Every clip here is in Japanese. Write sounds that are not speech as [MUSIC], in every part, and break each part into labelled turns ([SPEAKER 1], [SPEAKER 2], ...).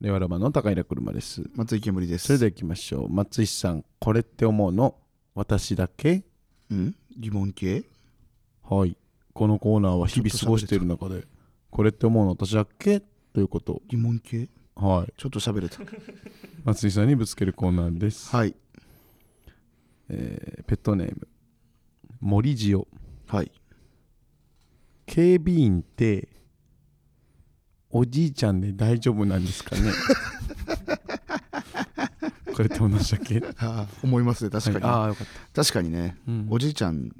[SPEAKER 1] 令和ロマンの高平車です。
[SPEAKER 2] 松井煙です。
[SPEAKER 1] それでは行きましょう。松井さん、これって思うの私だけ
[SPEAKER 2] うん疑問系
[SPEAKER 1] はい。このコーナーは日々
[SPEAKER 2] ちょっと
[SPEAKER 1] 過ごしている中で、これって思うの私だけということ。
[SPEAKER 2] 疑問系
[SPEAKER 1] はい。
[SPEAKER 2] ちょっと喋
[SPEAKER 1] [LAUGHS]
[SPEAKER 2] れた。
[SPEAKER 1] 松井さんにぶつけるコーナーです。
[SPEAKER 2] はい。
[SPEAKER 1] えーペットネーム、森塩。
[SPEAKER 2] はい。
[SPEAKER 1] 警備員って、おじいちゃんで大丈夫なんですか [LAUGHS] ねこれって同じだけ
[SPEAKER 2] ああ、思いますね。確かに。
[SPEAKER 1] ああ、よかった。
[SPEAKER 2] 確かにね、
[SPEAKER 1] うん
[SPEAKER 2] おじいちゃん、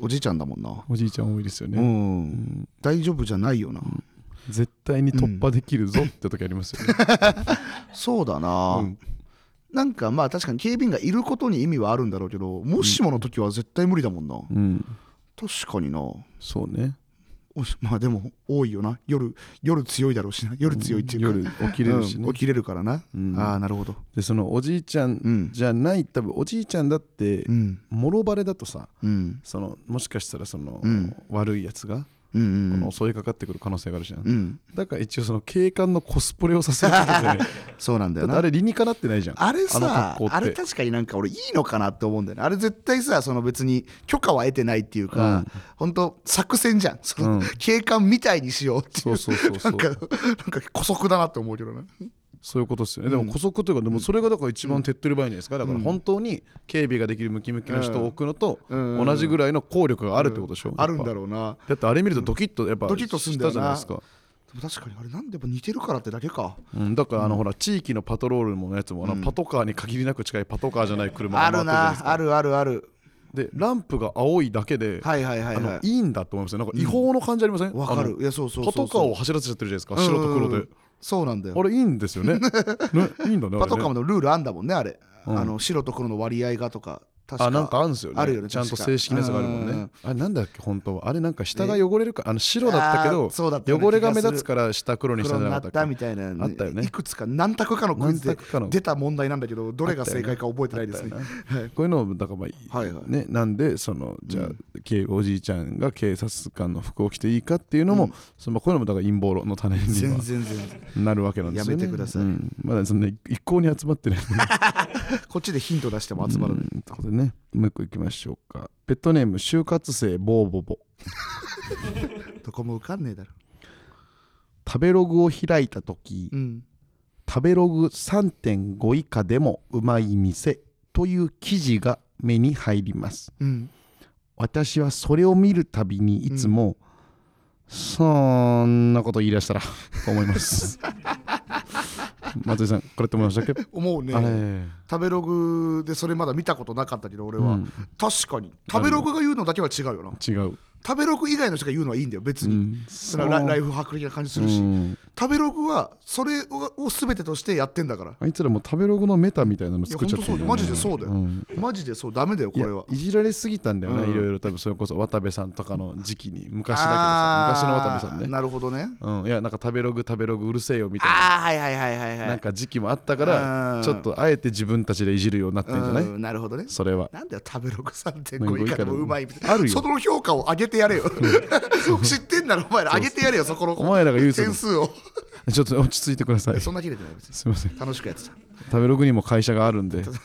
[SPEAKER 2] おじいちゃんだもんな。
[SPEAKER 1] おじいちゃん多いですよね。
[SPEAKER 2] うん、
[SPEAKER 1] うん
[SPEAKER 2] 大丈夫じゃないよな。
[SPEAKER 1] 絶対に突破できるぞって時ありますよね。
[SPEAKER 2] そうだな、
[SPEAKER 1] うん
[SPEAKER 2] なんかまあ確かに警備員がいることに意味はあるんだろうけど、もしもの時は絶対無理だもんな。
[SPEAKER 1] うん、
[SPEAKER 2] 確かにな。
[SPEAKER 1] そうね。
[SPEAKER 2] おしまあでも多いよな夜夜強いだろうしな夜強いっていうか、
[SPEAKER 1] 夜起きれるしね。
[SPEAKER 2] うん起きれるからな、
[SPEAKER 1] うん
[SPEAKER 2] ああなるほど
[SPEAKER 1] でそのおじいちゃ
[SPEAKER 2] うんん
[SPEAKER 1] じゃない多分おじいちゃんだって
[SPEAKER 2] うん
[SPEAKER 1] もろバレだとさ
[SPEAKER 2] うん
[SPEAKER 1] そのもしかしたらその、
[SPEAKER 2] うん
[SPEAKER 1] 悪いやつが
[SPEAKER 2] う
[SPEAKER 1] こ
[SPEAKER 2] んうん
[SPEAKER 1] の襲いかかってくる可能性があるじゃん。
[SPEAKER 2] うん
[SPEAKER 1] だから一応その警官のコスプレをさせる
[SPEAKER 2] [LAUGHS]
[SPEAKER 1] ことで
[SPEAKER 2] そうなんだ
[SPEAKER 1] だっ
[SPEAKER 2] よ
[SPEAKER 1] て
[SPEAKER 2] な
[SPEAKER 1] あれ理にかなってないじゃん。
[SPEAKER 2] あれ
[SPEAKER 1] あの
[SPEAKER 2] さ
[SPEAKER 1] 格好って
[SPEAKER 2] あれ確かになんか俺いいのかなって思うんだよねあれ絶対さその別に許可は得てないっていうか、
[SPEAKER 1] うん
[SPEAKER 2] 本当作戦じゃんそ
[SPEAKER 1] う
[SPEAKER 2] の、
[SPEAKER 1] ん
[SPEAKER 2] 警官みたいにしようって
[SPEAKER 1] そ
[SPEAKER 2] いうう
[SPEAKER 1] そうそうそう
[SPEAKER 2] なんかなんか姑息だなって思うけどね
[SPEAKER 1] そういうことですよね、でも姑息というかでもそれがだから一番手っ取り早いんじゃないですかだから本当に警備ができるムキムキの人を置くのと
[SPEAKER 2] うん
[SPEAKER 1] 同じぐらいの効力があるってことでしょ、
[SPEAKER 2] あるんだ
[SPEAKER 1] ろ
[SPEAKER 2] ろうな
[SPEAKER 1] だってあれ見るとドキッとやっぱ
[SPEAKER 2] ドキッとすんだ
[SPEAKER 1] た
[SPEAKER 2] よな
[SPEAKER 1] じゃないですか、
[SPEAKER 2] でも確かにあれなんでも似てるからってだけか
[SPEAKER 1] うん、だからあのほら地域のパトロールのやつもあのパトカーに限りなく近いパトカーじゃない車
[SPEAKER 2] あ
[SPEAKER 1] が回っ
[SPEAKER 2] る
[SPEAKER 1] てるじゃないです
[SPEAKER 2] な
[SPEAKER 1] か
[SPEAKER 2] あるあるある
[SPEAKER 1] でランプが青いだけで、
[SPEAKER 2] はいはいはい
[SPEAKER 1] あ
[SPEAKER 2] は
[SPEAKER 1] のい
[SPEAKER 2] い
[SPEAKER 1] いんだと思いますよなんか違法の感じありません、
[SPEAKER 2] わか
[SPEAKER 1] あ
[SPEAKER 2] る
[SPEAKER 1] の
[SPEAKER 2] いやそうそう
[SPEAKER 1] パ
[SPEAKER 2] そうそう
[SPEAKER 1] トカーを走らせちゃってるじゃないですか白と黒
[SPEAKER 2] うんうんう
[SPEAKER 1] で
[SPEAKER 2] んそうなんだよ
[SPEAKER 1] あれいいんですよ
[SPEAKER 2] [LAUGHS]
[SPEAKER 1] ねねいいんだねあれね
[SPEAKER 2] パトカーのルールあんだもんねあれ、
[SPEAKER 1] うん
[SPEAKER 2] あの白と黒の割合がとか確か
[SPEAKER 1] あなんかあるんですよね
[SPEAKER 2] あるよね
[SPEAKER 1] ちゃんと
[SPEAKER 2] 確か
[SPEAKER 1] 正式なやつがあるもんね
[SPEAKER 2] うんうんうん
[SPEAKER 1] あれなんだっけ本当はあれなんか下が汚れるか、あの白だったけ
[SPEAKER 2] あ
[SPEAKER 1] ど
[SPEAKER 2] ーそうだったよね
[SPEAKER 1] 汚れが目立つから下黒にした
[SPEAKER 2] 黒
[SPEAKER 1] んじゃ
[SPEAKER 2] にな
[SPEAKER 1] な
[SPEAKER 2] っ
[SPEAKER 1] かったたっけ
[SPEAKER 2] みたいな
[SPEAKER 1] あったよね
[SPEAKER 2] いくつか何択かのクイズ
[SPEAKER 1] 何
[SPEAKER 2] で
[SPEAKER 1] 択かの
[SPEAKER 2] 出た問題なんだけどどれが正解か覚えてないですね
[SPEAKER 1] こういうのをだからまあ、
[SPEAKER 2] はいはい
[SPEAKER 1] ねなんでそのじゃあ、警おじいちゃんが警察官の服を着ていいかっていうのも、そのこういうのもだから陰謀論の種に
[SPEAKER 2] 全
[SPEAKER 1] は
[SPEAKER 2] 然全然
[SPEAKER 1] なるわけなんですよね
[SPEAKER 2] やめてください
[SPEAKER 1] うんまだそんな一向に集まってない
[SPEAKER 2] こっちでヒント出しても集まらない
[SPEAKER 1] うんということでねもう一個いきましょうかペットネーム就活生ボーボボ
[SPEAKER 2] どこも受かんねえだろ
[SPEAKER 1] 食べログを開いた時、
[SPEAKER 2] うん
[SPEAKER 1] 食べログ3.5以下でもうまい店という記事が目に入ります
[SPEAKER 2] うん
[SPEAKER 1] 私はそれを見るたびにいつも、そんなこと言い出した
[SPEAKER 2] [LAUGHS]
[SPEAKER 1] らと思います松井さんこれって思いましたっけ、
[SPEAKER 2] 思うね
[SPEAKER 1] あれ
[SPEAKER 2] 食べログでそれまだ見たことなかったけど俺は、
[SPEAKER 1] うん
[SPEAKER 2] 確かに食べログが言うのだけは違うよな
[SPEAKER 1] 違う、
[SPEAKER 2] 食べログ以外の人が言うのはいいんだよ別
[SPEAKER 1] う
[SPEAKER 2] に、
[SPEAKER 1] ん、
[SPEAKER 2] それはライライフハック的な感じするし、
[SPEAKER 1] うん
[SPEAKER 2] 食べログはそれを全てとしてやってんだから
[SPEAKER 1] あいつらもう食べログのメタみたいなの作っちゃって
[SPEAKER 2] いや本当そうだよマジでそうだよ
[SPEAKER 1] ん
[SPEAKER 2] マジでそうダメだよこ
[SPEAKER 1] いや
[SPEAKER 2] れはい
[SPEAKER 1] じられすぎたんだよね、
[SPEAKER 2] うん
[SPEAKER 1] いろいろ多分それこそ渡部さんとかの時期に昔だけどさ昔の渡部さん
[SPEAKER 2] あ
[SPEAKER 1] ね
[SPEAKER 2] ーなるほどね
[SPEAKER 1] うん、いやなんか食べログ食べログうるせえよみたい
[SPEAKER 2] ああはいはいはいはいは
[SPEAKER 1] ないなんか時期もあったから
[SPEAKER 2] うん
[SPEAKER 1] ちょっとあえて自分たちでいじるようになってんじゃない
[SPEAKER 2] うんなるほどね
[SPEAKER 1] それは
[SPEAKER 2] なんだよ食べログ
[SPEAKER 1] なん
[SPEAKER 2] 3.5
[SPEAKER 1] か
[SPEAKER 2] 以下でもうまいみたいな
[SPEAKER 1] あるよ
[SPEAKER 2] その評価を上げてやれよ知ってんならお前ら上げてやれよそこの
[SPEAKER 1] お前らが言うと
[SPEAKER 2] 点数を
[SPEAKER 1] ちょっと落ち着いてくださいす
[SPEAKER 2] そんな切れてない別に
[SPEAKER 1] いません
[SPEAKER 2] 楽しくやってた
[SPEAKER 1] 食べログにも会社があるん
[SPEAKER 2] [LAUGHS]
[SPEAKER 1] で食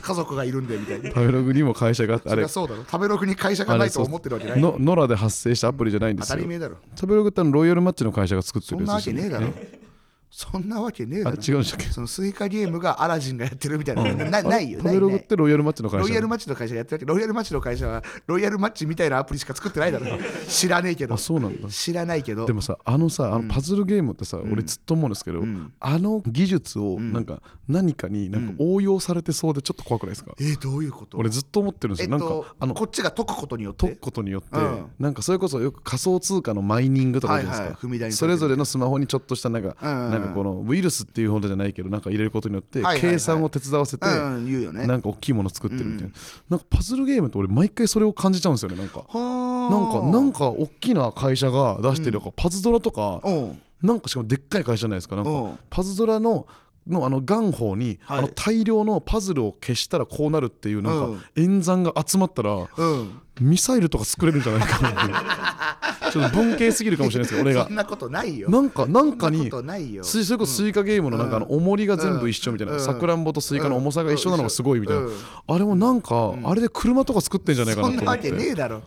[SPEAKER 2] 家族がいるんでみたいな
[SPEAKER 1] べログにも会社があってあ
[SPEAKER 2] そり
[SPEAKER 1] れ
[SPEAKER 2] ゃそうだろ食べログに会社が
[SPEAKER 1] あ
[SPEAKER 2] な
[SPEAKER 1] れ
[SPEAKER 2] いと
[SPEAKER 1] そう
[SPEAKER 2] 思ってるわけない
[SPEAKER 1] の野良で発生したアプリじゃないんで
[SPEAKER 2] 当
[SPEAKER 1] す
[SPEAKER 2] たり
[SPEAKER 1] よ
[SPEAKER 2] 前だろ
[SPEAKER 1] 食べログってあのロイヤルマッチの会社が作って
[SPEAKER 2] そ
[SPEAKER 1] る
[SPEAKER 2] ん
[SPEAKER 1] やつ
[SPEAKER 2] なわ
[SPEAKER 1] です
[SPEAKER 2] け
[SPEAKER 1] よ
[SPEAKER 2] ねえだろそんなわけねえ
[SPEAKER 1] あ
[SPEAKER 2] だ
[SPEAKER 1] れ
[SPEAKER 2] ろ
[SPEAKER 1] 違うんでしたっけ
[SPEAKER 2] そのスイカゲームがアラジンがやってるみたいな、 [LAUGHS] なないよ
[SPEAKER 1] 食
[SPEAKER 2] ない
[SPEAKER 1] べログ
[SPEAKER 2] な
[SPEAKER 1] っ
[SPEAKER 2] い
[SPEAKER 1] てロイヤルマッチの会
[SPEAKER 2] ロイ
[SPEAKER 1] 社
[SPEAKER 2] ヤルマッチの会社がやってるわけどロイヤルマッチの会社はロイヤルマッチみたいなアプリしか作ってないだろ知らねえけど
[SPEAKER 1] あそうなんだ
[SPEAKER 2] 知らないけど
[SPEAKER 1] でもさあのさあのパズルゲームってさ、俺ずっと思うんですけど、あの技術をなんか何かになんか応用されてそうでちょっと怖くないですか、
[SPEAKER 2] えーどういうこと
[SPEAKER 1] 俺ずっと思ってるんで
[SPEAKER 2] え
[SPEAKER 1] す
[SPEAKER 2] っ
[SPEAKER 1] よ、なん
[SPEAKER 2] と
[SPEAKER 1] かあの
[SPEAKER 2] こっちが解くことによって
[SPEAKER 1] 解くことによって、
[SPEAKER 2] うん
[SPEAKER 1] なんかそれこそよく仮想通貨のマイニングとかあるじゃない
[SPEAKER 2] は
[SPEAKER 1] で
[SPEAKER 2] いはい
[SPEAKER 1] すか、
[SPEAKER 2] 踏み台にさ
[SPEAKER 1] そ
[SPEAKER 2] れて
[SPEAKER 1] れ
[SPEAKER 2] る
[SPEAKER 1] ぞれのスマホにちょっとしたなんか、
[SPEAKER 2] うんうん
[SPEAKER 1] なんかこのウイルスっていうほどじゃないけどなんか入れることによって
[SPEAKER 2] はいはいはい
[SPEAKER 1] 計算を手伝わせて、
[SPEAKER 2] うんうん言うよね
[SPEAKER 1] なんか大きいもの作ってるみたいな、なんかパズルゲームって俺毎回それを感じちゃうんですよねなんか。
[SPEAKER 2] は
[SPEAKER 1] なんかなん
[SPEAKER 2] か
[SPEAKER 1] か大きな会社が出してる、なんかパズドラとか、
[SPEAKER 2] うん
[SPEAKER 1] なんかしかもでっかい会社じゃないですかなん
[SPEAKER 2] う
[SPEAKER 1] か
[SPEAKER 2] ん
[SPEAKER 1] パズドラののあの元宝に、
[SPEAKER 2] はい
[SPEAKER 1] あの大量のパズルを消したらこうなるっていうなん
[SPEAKER 2] う
[SPEAKER 1] か
[SPEAKER 2] ん
[SPEAKER 1] 演算が集まったら、
[SPEAKER 2] うん
[SPEAKER 1] ミサイルとか作れるんじゃないかな
[SPEAKER 2] [LAUGHS]
[SPEAKER 1] っていうちょっと文系すぎるかもしれないですけど俺が
[SPEAKER 2] そんなことないよ
[SPEAKER 1] なんかなんか
[SPEAKER 2] そん
[SPEAKER 1] に
[SPEAKER 2] なことないよ
[SPEAKER 1] すそれこそスイカゲームのなんかあの重りが全部一緒みたい
[SPEAKER 2] うん
[SPEAKER 1] な
[SPEAKER 2] うん
[SPEAKER 1] さくらんぼとスイカの重さが一緒なのがすごいみたいな
[SPEAKER 2] うん
[SPEAKER 1] あれもなんかあれで車とか作ってんじゃないかな
[SPEAKER 2] そ
[SPEAKER 1] と
[SPEAKER 2] ん
[SPEAKER 1] 思
[SPEAKER 2] な
[SPEAKER 1] っ
[SPEAKER 2] わけね
[SPEAKER 1] て
[SPEAKER 2] えだろ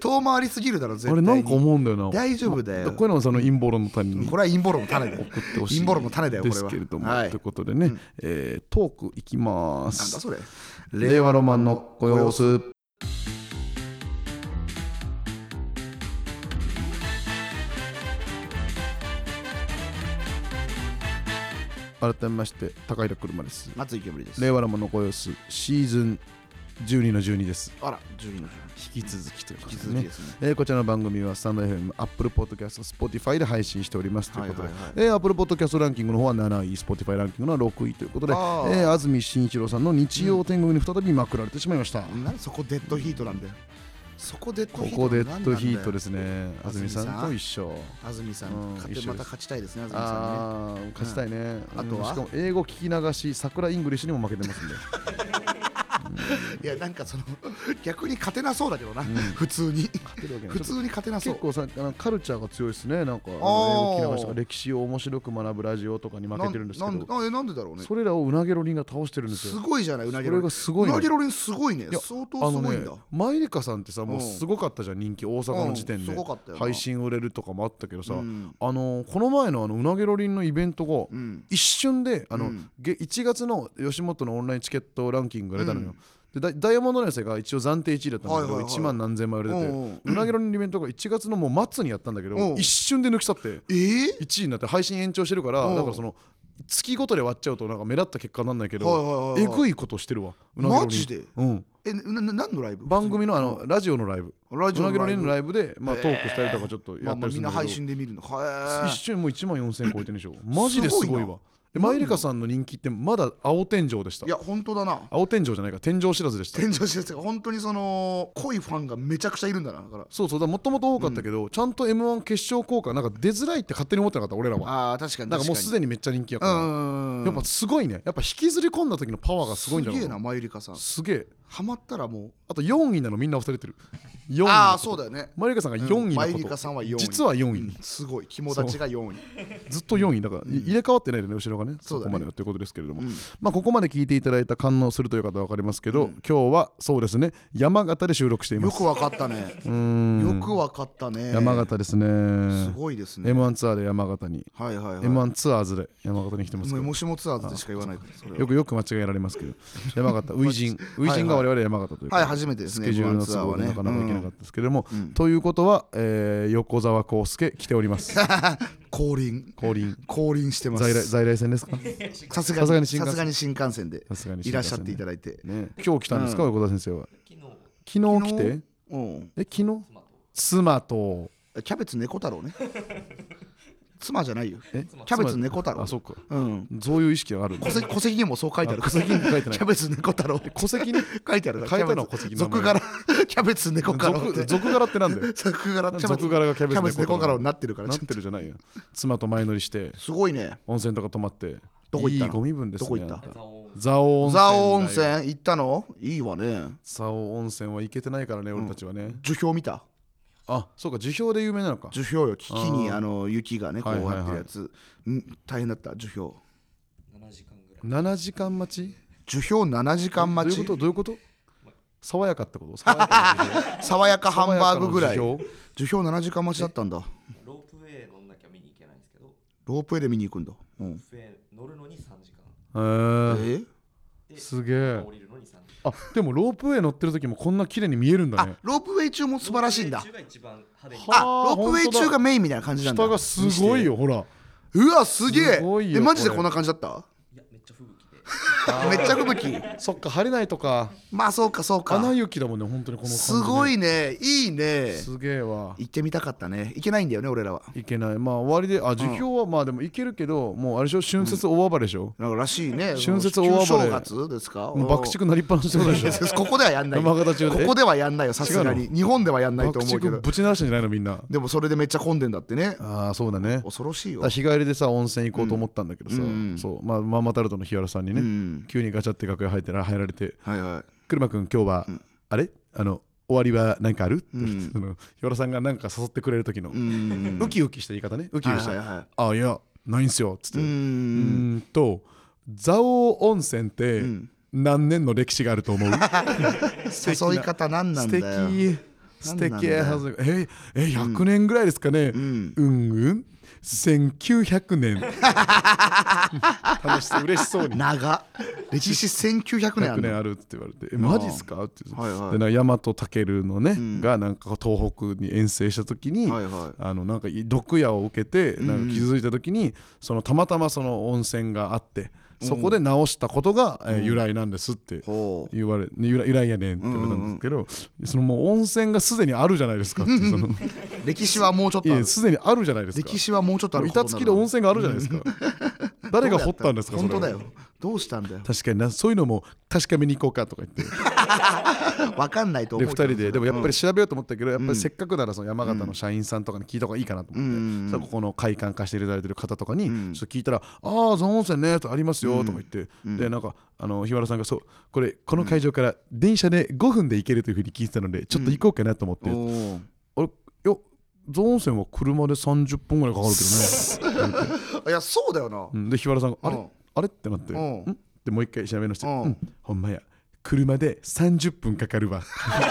[SPEAKER 2] 遠回りすぎるだろ絶対
[SPEAKER 1] あれ
[SPEAKER 2] に
[SPEAKER 1] なんか思うんだよな
[SPEAKER 2] 大丈夫だよ
[SPEAKER 1] こういうのもその陰謀論の種に
[SPEAKER 2] これは陰謀論の種だよ
[SPEAKER 1] 送ってほしい
[SPEAKER 2] 陰謀論の種だよこ
[SPEAKER 1] で
[SPEAKER 2] れは
[SPEAKER 1] すけれども、
[SPEAKER 2] はい
[SPEAKER 1] ということでね、えートークいきま
[SPEAKER 2] なんだ
[SPEAKER 1] す
[SPEAKER 2] それ
[SPEAKER 1] 令和ロマンのご様子改めまして高平車です
[SPEAKER 2] 松井けむりです
[SPEAKER 1] 令和ロマンのご様子シーズン12の12です
[SPEAKER 2] あら12の12
[SPEAKER 1] 引き続きというこ
[SPEAKER 2] 引き
[SPEAKER 1] と
[SPEAKER 2] 続
[SPEAKER 1] で
[SPEAKER 2] き
[SPEAKER 1] ね
[SPEAKER 2] ですね
[SPEAKER 1] えーこちらの番組はスタンド FM、Apple Podcast、Spotify で配信しておりますということで、
[SPEAKER 2] はいはい
[SPEAKER 1] えー Apple Podcast ランキングの方は7位、Spotify ランキングのは6位ということで、え
[SPEAKER 2] あー
[SPEAKER 1] ー安住紳一郎さんの日曜天国に再びまくられてしまいました。
[SPEAKER 2] なんでそこデッドヒートなんだよそこデッド
[SPEAKER 1] こ
[SPEAKER 2] ヒート
[SPEAKER 1] こデッ
[SPEAKER 2] なんなんだ
[SPEAKER 1] ド
[SPEAKER 2] よ
[SPEAKER 1] ヒートですね、安住さん
[SPEAKER 2] 安住さ
[SPEAKER 1] と
[SPEAKER 2] ん
[SPEAKER 1] 一緒。
[SPEAKER 2] 安住さ
[SPEAKER 1] うん
[SPEAKER 2] ん勝
[SPEAKER 1] 一緒で
[SPEAKER 2] て
[SPEAKER 1] す
[SPEAKER 2] また勝ちたいですね安住さ
[SPEAKER 1] あー勝ちたいね、
[SPEAKER 2] うんあとは
[SPEAKER 1] うんしかも英語聞き流し桜イングリッシュにも負けてますんで
[SPEAKER 2] [LAUGHS] んねいやなんかその [LAUGHS] 逆に勝てなそうだけどな普通に
[SPEAKER 1] 勝てるわけない
[SPEAKER 2] 普通に勝てなそ
[SPEAKER 1] 結
[SPEAKER 2] う
[SPEAKER 1] 構さあのカルチャーが強いですねなんかあの英語聞き流しとか歴史を面白く学ぶラジオとかに負けてるんですけど
[SPEAKER 2] なんなんえなんでだろうね
[SPEAKER 1] それらをうなげろりんが倒してるんです
[SPEAKER 2] す
[SPEAKER 1] よ。
[SPEAKER 2] ごいじゃないうなぎ
[SPEAKER 1] それがすごいの
[SPEAKER 2] うなぎロリンすごいね
[SPEAKER 1] いや
[SPEAKER 2] 相
[SPEAKER 1] あ
[SPEAKER 2] 当す
[SPEAKER 1] の
[SPEAKER 2] ごいん
[SPEAKER 1] ね
[SPEAKER 2] だ、
[SPEAKER 1] マイリカさんってさ、もううんすごかったじゃん、人気、大阪の時点で、
[SPEAKER 2] うんすごかったよな
[SPEAKER 1] 配信売れるとかもあったけどさ、
[SPEAKER 2] うん
[SPEAKER 1] あのこの前のあのうなげろりんのイベントが、
[SPEAKER 2] うん
[SPEAKER 1] 一瞬であの、
[SPEAKER 2] うん
[SPEAKER 1] げ1月の吉本のオンラインチケットランキングが出たのよ。
[SPEAKER 2] うん
[SPEAKER 1] でダイダイヤモンドのやつが一応暫定1位だったんだけど、
[SPEAKER 2] はいはいはい
[SPEAKER 1] 1万何千枚売れてて、
[SPEAKER 2] う
[SPEAKER 1] うん
[SPEAKER 2] うん
[SPEAKER 1] なぎろりんのイベントが1月のもう末にやったんだけど、
[SPEAKER 2] うん
[SPEAKER 1] 一瞬で抜き去って。
[SPEAKER 2] えー
[SPEAKER 1] 1位になって配信延長してるから
[SPEAKER 2] うん
[SPEAKER 1] だからその月ごとで割っちゃうとなんか目立った結果になんないけど、
[SPEAKER 2] はいはいはいはい
[SPEAKER 1] えぐいことしてるわうなぎろりん
[SPEAKER 2] マジで
[SPEAKER 1] うん、
[SPEAKER 2] えなな何のライブ
[SPEAKER 1] 番組のあのラジオのライブ
[SPEAKER 2] ラジオ
[SPEAKER 1] うなぎろ
[SPEAKER 2] のラ
[SPEAKER 1] り
[SPEAKER 2] イ
[SPEAKER 1] ん
[SPEAKER 2] ブ
[SPEAKER 1] のライブで、まあ、トークしたりとかちょっと
[SPEAKER 2] ま
[SPEAKER 1] や
[SPEAKER 2] あ、
[SPEAKER 1] った
[SPEAKER 2] まあ
[SPEAKER 1] りする
[SPEAKER 2] みん
[SPEAKER 1] んだけど、
[SPEAKER 2] な配信で見るのは
[SPEAKER 1] 一瞬もう1万4000超えてるでしょマジですごい
[SPEAKER 2] [LAUGHS] すごい
[SPEAKER 1] わえマイリカさんの人気ってまだ青天井でした
[SPEAKER 2] いや本当だな
[SPEAKER 1] 青天井じゃないか天井知らずでした
[SPEAKER 2] 天井先生が本当にその濃いファンがめちゃくちゃいるんだなだから
[SPEAKER 1] そうそうだもともと多かったけど、ちゃんと m 1決勝効果なんか出づらいって勝手に思ってなかった俺らは
[SPEAKER 2] ああ確かに
[SPEAKER 1] だからもうすでにめっちゃ人気やから、
[SPEAKER 2] うん
[SPEAKER 1] やっぱすごいねやっぱ引きずり込んだ時のパワーがすごいんだろ
[SPEAKER 2] す
[SPEAKER 1] う
[SPEAKER 2] げえなマユリカさん
[SPEAKER 1] すげえ
[SPEAKER 2] ハマったらもう
[SPEAKER 1] あと4位なのみんな忘れてる4位
[SPEAKER 2] ああそうだよね
[SPEAKER 1] マリカさんが4位
[SPEAKER 2] マユ
[SPEAKER 1] の
[SPEAKER 2] リ
[SPEAKER 1] こ
[SPEAKER 2] カ
[SPEAKER 1] と
[SPEAKER 2] さんは4位
[SPEAKER 1] 実は4位
[SPEAKER 2] うんすごい肝立ちが4位
[SPEAKER 1] ずっと4位だから、い入れ替わってないでね後ろがね
[SPEAKER 2] そ
[SPEAKER 1] そう
[SPEAKER 2] だ
[SPEAKER 1] こ
[SPEAKER 2] ね
[SPEAKER 1] まではということですけれども、まあここまで聞いていただいた感応するという方は分かりますけど、今日はそうですね山形で収録していま
[SPEAKER 2] よ
[SPEAKER 1] す
[SPEAKER 2] くわかったね
[SPEAKER 1] うーん
[SPEAKER 2] よくわかったね
[SPEAKER 1] 山形ですね
[SPEAKER 2] すごいですね
[SPEAKER 1] m 1ツアーで山形に、
[SPEAKER 2] はいはいはい
[SPEAKER 1] m 1ツアーズで山形に来てます
[SPEAKER 2] も
[SPEAKER 1] け
[SPEAKER 2] う
[SPEAKER 1] ど
[SPEAKER 2] もしもツアーズでしか言わないからそれは
[SPEAKER 1] よくよく間違えられますけ
[SPEAKER 2] [LAUGHS]
[SPEAKER 1] ど山形初陣初陣が我々山形というか
[SPEAKER 2] はい初めてです
[SPEAKER 1] ス
[SPEAKER 2] ね
[SPEAKER 1] ケジュールの
[SPEAKER 2] M1 ツア
[SPEAKER 1] 都合
[SPEAKER 2] ーは
[SPEAKER 1] で
[SPEAKER 2] ね
[SPEAKER 1] なかなか行けなかったですけれども、ということは、えー横澤康介来ております
[SPEAKER 2] [LAUGHS] 降臨
[SPEAKER 1] 降臨
[SPEAKER 2] 降臨してま
[SPEAKER 1] 在来
[SPEAKER 2] す
[SPEAKER 1] 在来線
[SPEAKER 2] [LAUGHS]
[SPEAKER 1] ですか
[SPEAKER 2] さ
[SPEAKER 1] さす
[SPEAKER 2] すが
[SPEAKER 1] が
[SPEAKER 2] に
[SPEAKER 1] に新
[SPEAKER 2] さ
[SPEAKER 1] 幹線
[SPEAKER 2] すがに新幹線で
[SPEAKER 1] さすがに新幹線ね
[SPEAKER 2] いらっしゃっていただいて
[SPEAKER 1] ね今日来たんですか、横澤先生は昨日来て
[SPEAKER 2] うん
[SPEAKER 1] え昨日妻と
[SPEAKER 2] キャベツ猫太
[SPEAKER 1] [LAUGHS]
[SPEAKER 2] 郎ね妻じゃないよ
[SPEAKER 1] え
[SPEAKER 2] キャベツ猫太郎
[SPEAKER 1] あそうか
[SPEAKER 2] うん
[SPEAKER 1] そういう意識があるんだ
[SPEAKER 2] 戸籍戸籍にもそう書いてある
[SPEAKER 1] 戸籍に書いてない
[SPEAKER 2] キャベツ猫太郎
[SPEAKER 1] 戸籍に
[SPEAKER 2] 書いてある
[SPEAKER 1] 書いたのは戸
[SPEAKER 2] キャ
[SPEAKER 1] 籍
[SPEAKER 2] ベ
[SPEAKER 1] の名
[SPEAKER 2] ツ俗
[SPEAKER 1] 前
[SPEAKER 2] 柄キャベツ猫太郎って
[SPEAKER 1] 俗俗柄ってなんだよ
[SPEAKER 2] 俗柄キャベツ
[SPEAKER 1] 俗柄がキャベツ
[SPEAKER 2] キャベツ猫太郎になってるから
[SPEAKER 1] なってるじゃないよ妻と前乗りして
[SPEAKER 2] すごいね
[SPEAKER 1] 温泉とか泊まって
[SPEAKER 2] どこ行ったの
[SPEAKER 1] いいご身分ですね
[SPEAKER 2] どこ行った
[SPEAKER 1] あた蔵王温泉
[SPEAKER 2] 蔵王温泉行ったのいいわね
[SPEAKER 1] 蔵王温泉は行けてないからね俺たちはね、
[SPEAKER 2] 樹氷見た
[SPEAKER 1] あそうか樹氷で有名なのか
[SPEAKER 2] 樹氷よ木々にあの雪がねこう
[SPEAKER 1] はいはいはい
[SPEAKER 2] やってるやつうん大変だった樹氷
[SPEAKER 1] 7時間待ち
[SPEAKER 2] 樹氷7時間待
[SPEAKER 1] どういうこと
[SPEAKER 2] ち
[SPEAKER 1] どういうこと爽やかってこと爽やかな
[SPEAKER 2] 爽やかハンバーグぐらい
[SPEAKER 1] 爽や
[SPEAKER 2] 樹氷
[SPEAKER 1] かな樹
[SPEAKER 2] 7時間待ちだったんだ
[SPEAKER 3] ロープウェイ乗んなきゃ見に行けないんですけど、
[SPEAKER 2] ロープウェイで見に行くんだうん
[SPEAKER 3] ロープウェイ乗るのに3時間、
[SPEAKER 1] 氷へ
[SPEAKER 2] え
[SPEAKER 1] えすげえ
[SPEAKER 3] 降りるのに3時間。
[SPEAKER 1] あでもロープウェイ乗ってる時もこんな綺麗に見えるんだ
[SPEAKER 2] あ
[SPEAKER 1] ね
[SPEAKER 2] ロープウェイ中も素晴らしいんだ
[SPEAKER 3] ロープウェイ中が一番派手に。
[SPEAKER 1] は
[SPEAKER 2] あロ
[SPEAKER 1] あ
[SPEAKER 2] ープウェイ中がメインみたいな感じなんだ
[SPEAKER 1] 下がすごいよほら
[SPEAKER 2] うわすげえ
[SPEAKER 1] すごいよ
[SPEAKER 2] えマジで
[SPEAKER 1] これ
[SPEAKER 2] こんな感じだった
[SPEAKER 3] いや、めっちゃ吹雪で。
[SPEAKER 2] めっちゃ吹雪
[SPEAKER 1] そっか晴れないとか
[SPEAKER 2] まあそうかそう
[SPEAKER 1] 穴
[SPEAKER 2] か
[SPEAKER 1] 雪だもんね本当にこの感じね
[SPEAKER 2] すごいねいいね
[SPEAKER 1] すげえわ
[SPEAKER 2] 行ってみたかったね行けないんだよね俺らはい
[SPEAKER 1] けないまあ終わりであ樹氷はまあでもいけるけどもうあれでしょ春節大暴れでしょ
[SPEAKER 2] なんからしいね
[SPEAKER 1] 春節
[SPEAKER 2] その
[SPEAKER 1] 大暴れ
[SPEAKER 2] 旧正月ですか
[SPEAKER 1] もう爆竹なりっぱなしってことでしょ
[SPEAKER 2] いやここではや [LAUGHS] んない
[SPEAKER 1] 山形中
[SPEAKER 2] こ
[SPEAKER 1] で
[SPEAKER 2] こではやんないよさすが
[SPEAKER 1] 違
[SPEAKER 2] に日本ではやんないと
[SPEAKER 1] 爆
[SPEAKER 2] 思うけ
[SPEAKER 1] 竹
[SPEAKER 2] ど
[SPEAKER 1] ぶち鳴らしたんじゃないのみんな
[SPEAKER 2] でもそれでめっちゃ混んでんだってね
[SPEAKER 1] ああそうだね
[SPEAKER 2] 恐ろしい
[SPEAKER 1] だ
[SPEAKER 2] よ
[SPEAKER 1] から日帰りでさ温泉行こうと思ったんだけどさ、
[SPEAKER 2] うん
[SPEAKER 1] そうまあ、ママタルトの日原さんにね、
[SPEAKER 2] うん
[SPEAKER 1] 急にガチャって楽屋入ってら入られて
[SPEAKER 2] はいはい
[SPEAKER 1] 「車くん今日は、あれあの終わりは何か [LAUGHS] ある、って
[SPEAKER 2] うん
[SPEAKER 1] そのヒョロさんが何か誘ってくれる時の、 [LAUGHS]
[SPEAKER 2] うん
[SPEAKER 1] ウキウキした言い方ねウキウキした「
[SPEAKER 2] はいはいはい
[SPEAKER 1] あいやないんすよ」っつって、
[SPEAKER 2] う
[SPEAKER 1] うんーんと蔵王温泉って
[SPEAKER 2] うん
[SPEAKER 1] 何年の歴史があると
[SPEAKER 2] [LAUGHS]
[SPEAKER 1] 思う
[SPEAKER 2] 誘い方なんなん
[SPEAKER 1] 素
[SPEAKER 2] だよ
[SPEAKER 1] 敵素
[SPEAKER 2] なんなん
[SPEAKER 1] 敵
[SPEAKER 2] だよ
[SPEAKER 1] はずええ100年ぐらいですかね、
[SPEAKER 2] うん
[SPEAKER 1] うんうん1900年
[SPEAKER 2] [LAUGHS]
[SPEAKER 1] 楽しそう嬉しそうに
[SPEAKER 2] 長歴史1900年あ
[SPEAKER 1] 100
[SPEAKER 2] る
[SPEAKER 1] 年
[SPEAKER 2] の
[SPEAKER 1] あるって言われて「えマジっすか?」って言って、
[SPEAKER 2] はいはい
[SPEAKER 1] でなんか大和武のね、
[SPEAKER 2] ん
[SPEAKER 1] がなんか東北に遠征した時に、
[SPEAKER 2] はいはい
[SPEAKER 1] あのなんか毒矢を受けてなんか気づいた時に、そのたまたまその温泉があってそこで治したことが、えー由来なんですって
[SPEAKER 2] ほう
[SPEAKER 1] 言われ由来由来やねんって言われたんですけど、そのもう温泉がすでにあるじゃないですか
[SPEAKER 2] [LAUGHS]
[SPEAKER 1] ってその
[SPEAKER 2] 歴史はもうちょっ
[SPEAKER 1] い
[SPEAKER 2] とあ
[SPEAKER 1] や
[SPEAKER 2] る
[SPEAKER 1] すでにあるじゃないですか
[SPEAKER 2] 歴史はもうちょっとある
[SPEAKER 1] 板付きで温
[SPEAKER 2] 泉
[SPEAKER 1] 泉があるじゃないですか誰が掘ったんですかそれ
[SPEAKER 2] 本当だよどうしたんだよ
[SPEAKER 1] 確かになそういうのも確かめに行こうかとか言って
[SPEAKER 2] わかんないと
[SPEAKER 1] で2
[SPEAKER 2] 思うけど
[SPEAKER 1] 人ででもやっぱり調べようと思ったけど、やっぱりせっかくならその山形の社員さんとかに聞いた方がいいかなと思って、
[SPEAKER 2] うん
[SPEAKER 1] そしたらここの会館化していただいてる方とかに、
[SPEAKER 2] うん
[SPEAKER 1] ちょっと聞いたら「ああ蔵王温泉ね」とかありますよとか言って、でなんかあの日原さんがそうこれこの会場から電車で5分で行けるというふうに聞いてたのでちょっと行こうかなと思って、
[SPEAKER 2] おー
[SPEAKER 1] あれいや蔵王温泉は車で30分ぐらいかかるけどね
[SPEAKER 2] [LAUGHS]
[SPEAKER 1] って言って
[SPEAKER 2] いやそうだよな、
[SPEAKER 1] うんで日原さんが「あれ、
[SPEAKER 2] うん
[SPEAKER 1] あれ?」ってなって「
[SPEAKER 2] うん
[SPEAKER 1] ん?」ってもう一回調べ直して「う
[SPEAKER 2] うん
[SPEAKER 1] ん、ほんまや車で30分かか
[SPEAKER 2] [LAUGHS]
[SPEAKER 1] るわ」いやいや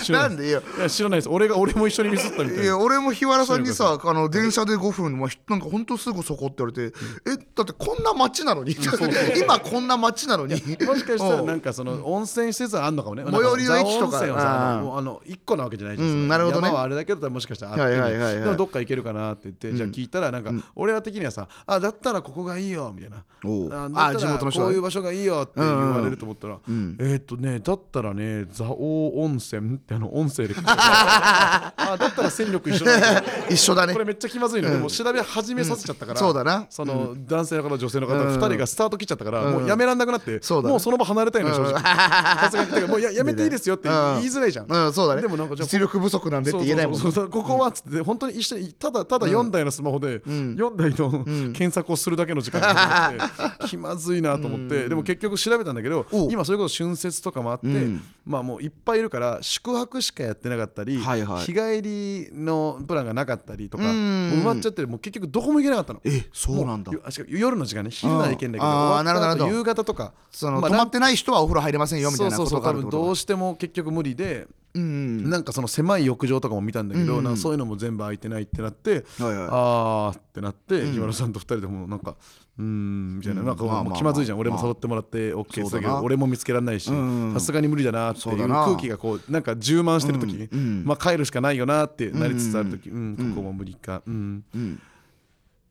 [SPEAKER 1] 知ら
[SPEAKER 2] な
[SPEAKER 1] ない
[SPEAKER 2] んでいや
[SPEAKER 1] いや知らないです俺が俺も一緒にミスったみたい
[SPEAKER 2] いや
[SPEAKER 1] な
[SPEAKER 2] 俺も日原さんにさあの電車で5分、まあ、ひなんかほんとすぐそこって言われて、えだってこんな街なのに [LAUGHS] 今こんな街なのにもし
[SPEAKER 1] [LAUGHS] もしかしたらなんかその温泉施設はあんのかもね
[SPEAKER 2] 最寄りの駅とか
[SPEAKER 1] なん蔵王温泉はさあ
[SPEAKER 2] うん
[SPEAKER 1] のもうあの一個なわけじゃないじゃ
[SPEAKER 2] うん
[SPEAKER 1] ん
[SPEAKER 2] なるほどね
[SPEAKER 1] 山はあれだけだったらもしかしたらあっ
[SPEAKER 2] は
[SPEAKER 1] て
[SPEAKER 2] いはいはいはい
[SPEAKER 1] でもどっか行けるかなって言ってじゃあ聞いたらなんか俺ら的にはさあだったらここがいいよみたいな
[SPEAKER 2] おう
[SPEAKER 1] あ
[SPEAKER 2] あ
[SPEAKER 1] だっ
[SPEAKER 2] 地
[SPEAKER 1] たら
[SPEAKER 2] 元の人は
[SPEAKER 1] こういう場所がいいよって言われると思ったら
[SPEAKER 2] ん
[SPEAKER 1] えーっとねだったらね蔵王温泉ってあの音声で聞い
[SPEAKER 2] [LAUGHS]
[SPEAKER 1] てたあだったら戦力一緒なんだ
[SPEAKER 2] 一緒だね
[SPEAKER 1] これめっちゃ気まずいの、ねもう調べ始めさせちゃったから、
[SPEAKER 2] うんそうだな
[SPEAKER 1] その、男性の方女性の方2人がスタート切っちゃったから、もうやめらんなくなって、
[SPEAKER 2] そうだね
[SPEAKER 1] もうその場離れたいのよ正直
[SPEAKER 2] [LAUGHS]
[SPEAKER 1] さすがにてかもうややめていいですよって言い
[SPEAKER 2] うん
[SPEAKER 1] 言いづらいじゃん、
[SPEAKER 2] うんそうだね
[SPEAKER 1] でもなんかじゃあ
[SPEAKER 2] 実力不足なんでって言えないもんね
[SPEAKER 1] そうそうそうここはっつって本当に一緒にただただ4台のスマホで4台の検索をするだけの時間があって [LAUGHS] 気まずいなと思ってでも結局調べたんだけど
[SPEAKER 2] おう
[SPEAKER 1] 今それこそ春節とかもあって
[SPEAKER 2] ん
[SPEAKER 1] まあもういっぱいいるから宿泊しかやってなかったり
[SPEAKER 2] はいはい
[SPEAKER 1] 日帰りのプランがなかったりとかもう
[SPEAKER 2] うん
[SPEAKER 1] 埋まっちゃってもう結局どこも行けなかったの。
[SPEAKER 2] えそうなんだ
[SPEAKER 1] もよしかも夜の時間ね昼なら行けんだけど
[SPEAKER 2] うんあー
[SPEAKER 1] 終わった
[SPEAKER 2] なるほどなるほ
[SPEAKER 1] 後
[SPEAKER 2] ど
[SPEAKER 1] 夕方とか
[SPEAKER 2] その、
[SPEAKER 1] まあ
[SPEAKER 2] 止まってない人はお風呂入れませんよみたいな
[SPEAKER 1] そ
[SPEAKER 2] こ
[SPEAKER 1] うそ
[SPEAKER 2] と
[SPEAKER 1] うそ
[SPEAKER 2] があ
[SPEAKER 1] う
[SPEAKER 2] る
[SPEAKER 1] 多
[SPEAKER 2] っ
[SPEAKER 1] 分
[SPEAKER 2] てこと
[SPEAKER 1] ど
[SPEAKER 2] か
[SPEAKER 1] うしても結局無理で
[SPEAKER 2] うん
[SPEAKER 1] なんかその狭い浴場とかも見たんだけど、
[SPEAKER 2] うんうん
[SPEAKER 1] なんかそういうのも全部空いてないってなって、
[SPEAKER 2] はいはい
[SPEAKER 1] あーってなって、日村さんと二人でもうなんかうーんみたいな,、
[SPEAKER 2] うん
[SPEAKER 1] なんか
[SPEAKER 2] まあまあ
[SPEAKER 1] もう気まずいじゃん、
[SPEAKER 2] まあ
[SPEAKER 1] 俺も誘ってもらって OK
[SPEAKER 2] そう
[SPEAKER 1] だ
[SPEAKER 2] だな
[SPEAKER 1] けど俺も見つけられないし
[SPEAKER 2] うん
[SPEAKER 1] さすがに無理だなってい
[SPEAKER 2] そう
[SPEAKER 1] う
[SPEAKER 2] だな
[SPEAKER 1] 空気がこうなんか充満してる時に、
[SPEAKER 2] うんうん
[SPEAKER 1] まあ、帰るしかないよなってなりつつある時、うんここも無理かうん、
[SPEAKER 2] ん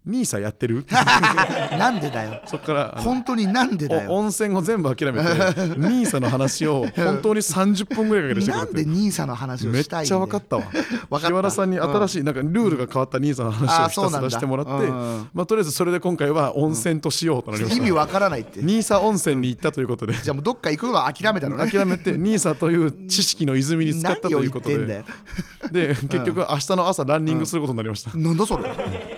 [SPEAKER 1] 兄さんやって
[SPEAKER 2] [LAUGHS]
[SPEAKER 1] る
[SPEAKER 2] なんでだよ
[SPEAKER 1] そっからあの
[SPEAKER 2] 本当になんでだ
[SPEAKER 1] お
[SPEAKER 2] よ
[SPEAKER 1] 温泉を全部諦め
[SPEAKER 2] [LAUGHS]
[SPEAKER 1] て兄さんの話を本当に30分ぐらいかけてしてく
[SPEAKER 2] な
[SPEAKER 1] れ
[SPEAKER 2] ん
[SPEAKER 1] て
[SPEAKER 2] で兄さんの話を
[SPEAKER 1] めっ
[SPEAKER 2] し
[SPEAKER 1] ち
[SPEAKER 2] たいんだ
[SPEAKER 1] ゃ
[SPEAKER 2] よ
[SPEAKER 1] 分かったわ
[SPEAKER 2] た
[SPEAKER 1] 日原さんに新しいなんかルールが変わった兄さんの話をひ
[SPEAKER 2] あーそ
[SPEAKER 1] たす
[SPEAKER 2] うなんだ
[SPEAKER 1] らしてもらって
[SPEAKER 2] うんうん
[SPEAKER 1] まあとりあえずそれで今回は温泉としようとなりまし
[SPEAKER 2] 意
[SPEAKER 1] た
[SPEAKER 2] 味わからないって
[SPEAKER 1] 兄さん温泉に行ったということで
[SPEAKER 2] じゃあもうどっか行くのは諦めたのね
[SPEAKER 1] 諦めて兄さんという知識の泉に使った
[SPEAKER 2] 何
[SPEAKER 1] とい
[SPEAKER 2] を言
[SPEAKER 1] う
[SPEAKER 2] っ
[SPEAKER 1] こと
[SPEAKER 2] てんだよ
[SPEAKER 1] でで結局明日の朝ランニングすることになりました
[SPEAKER 2] なんだそれ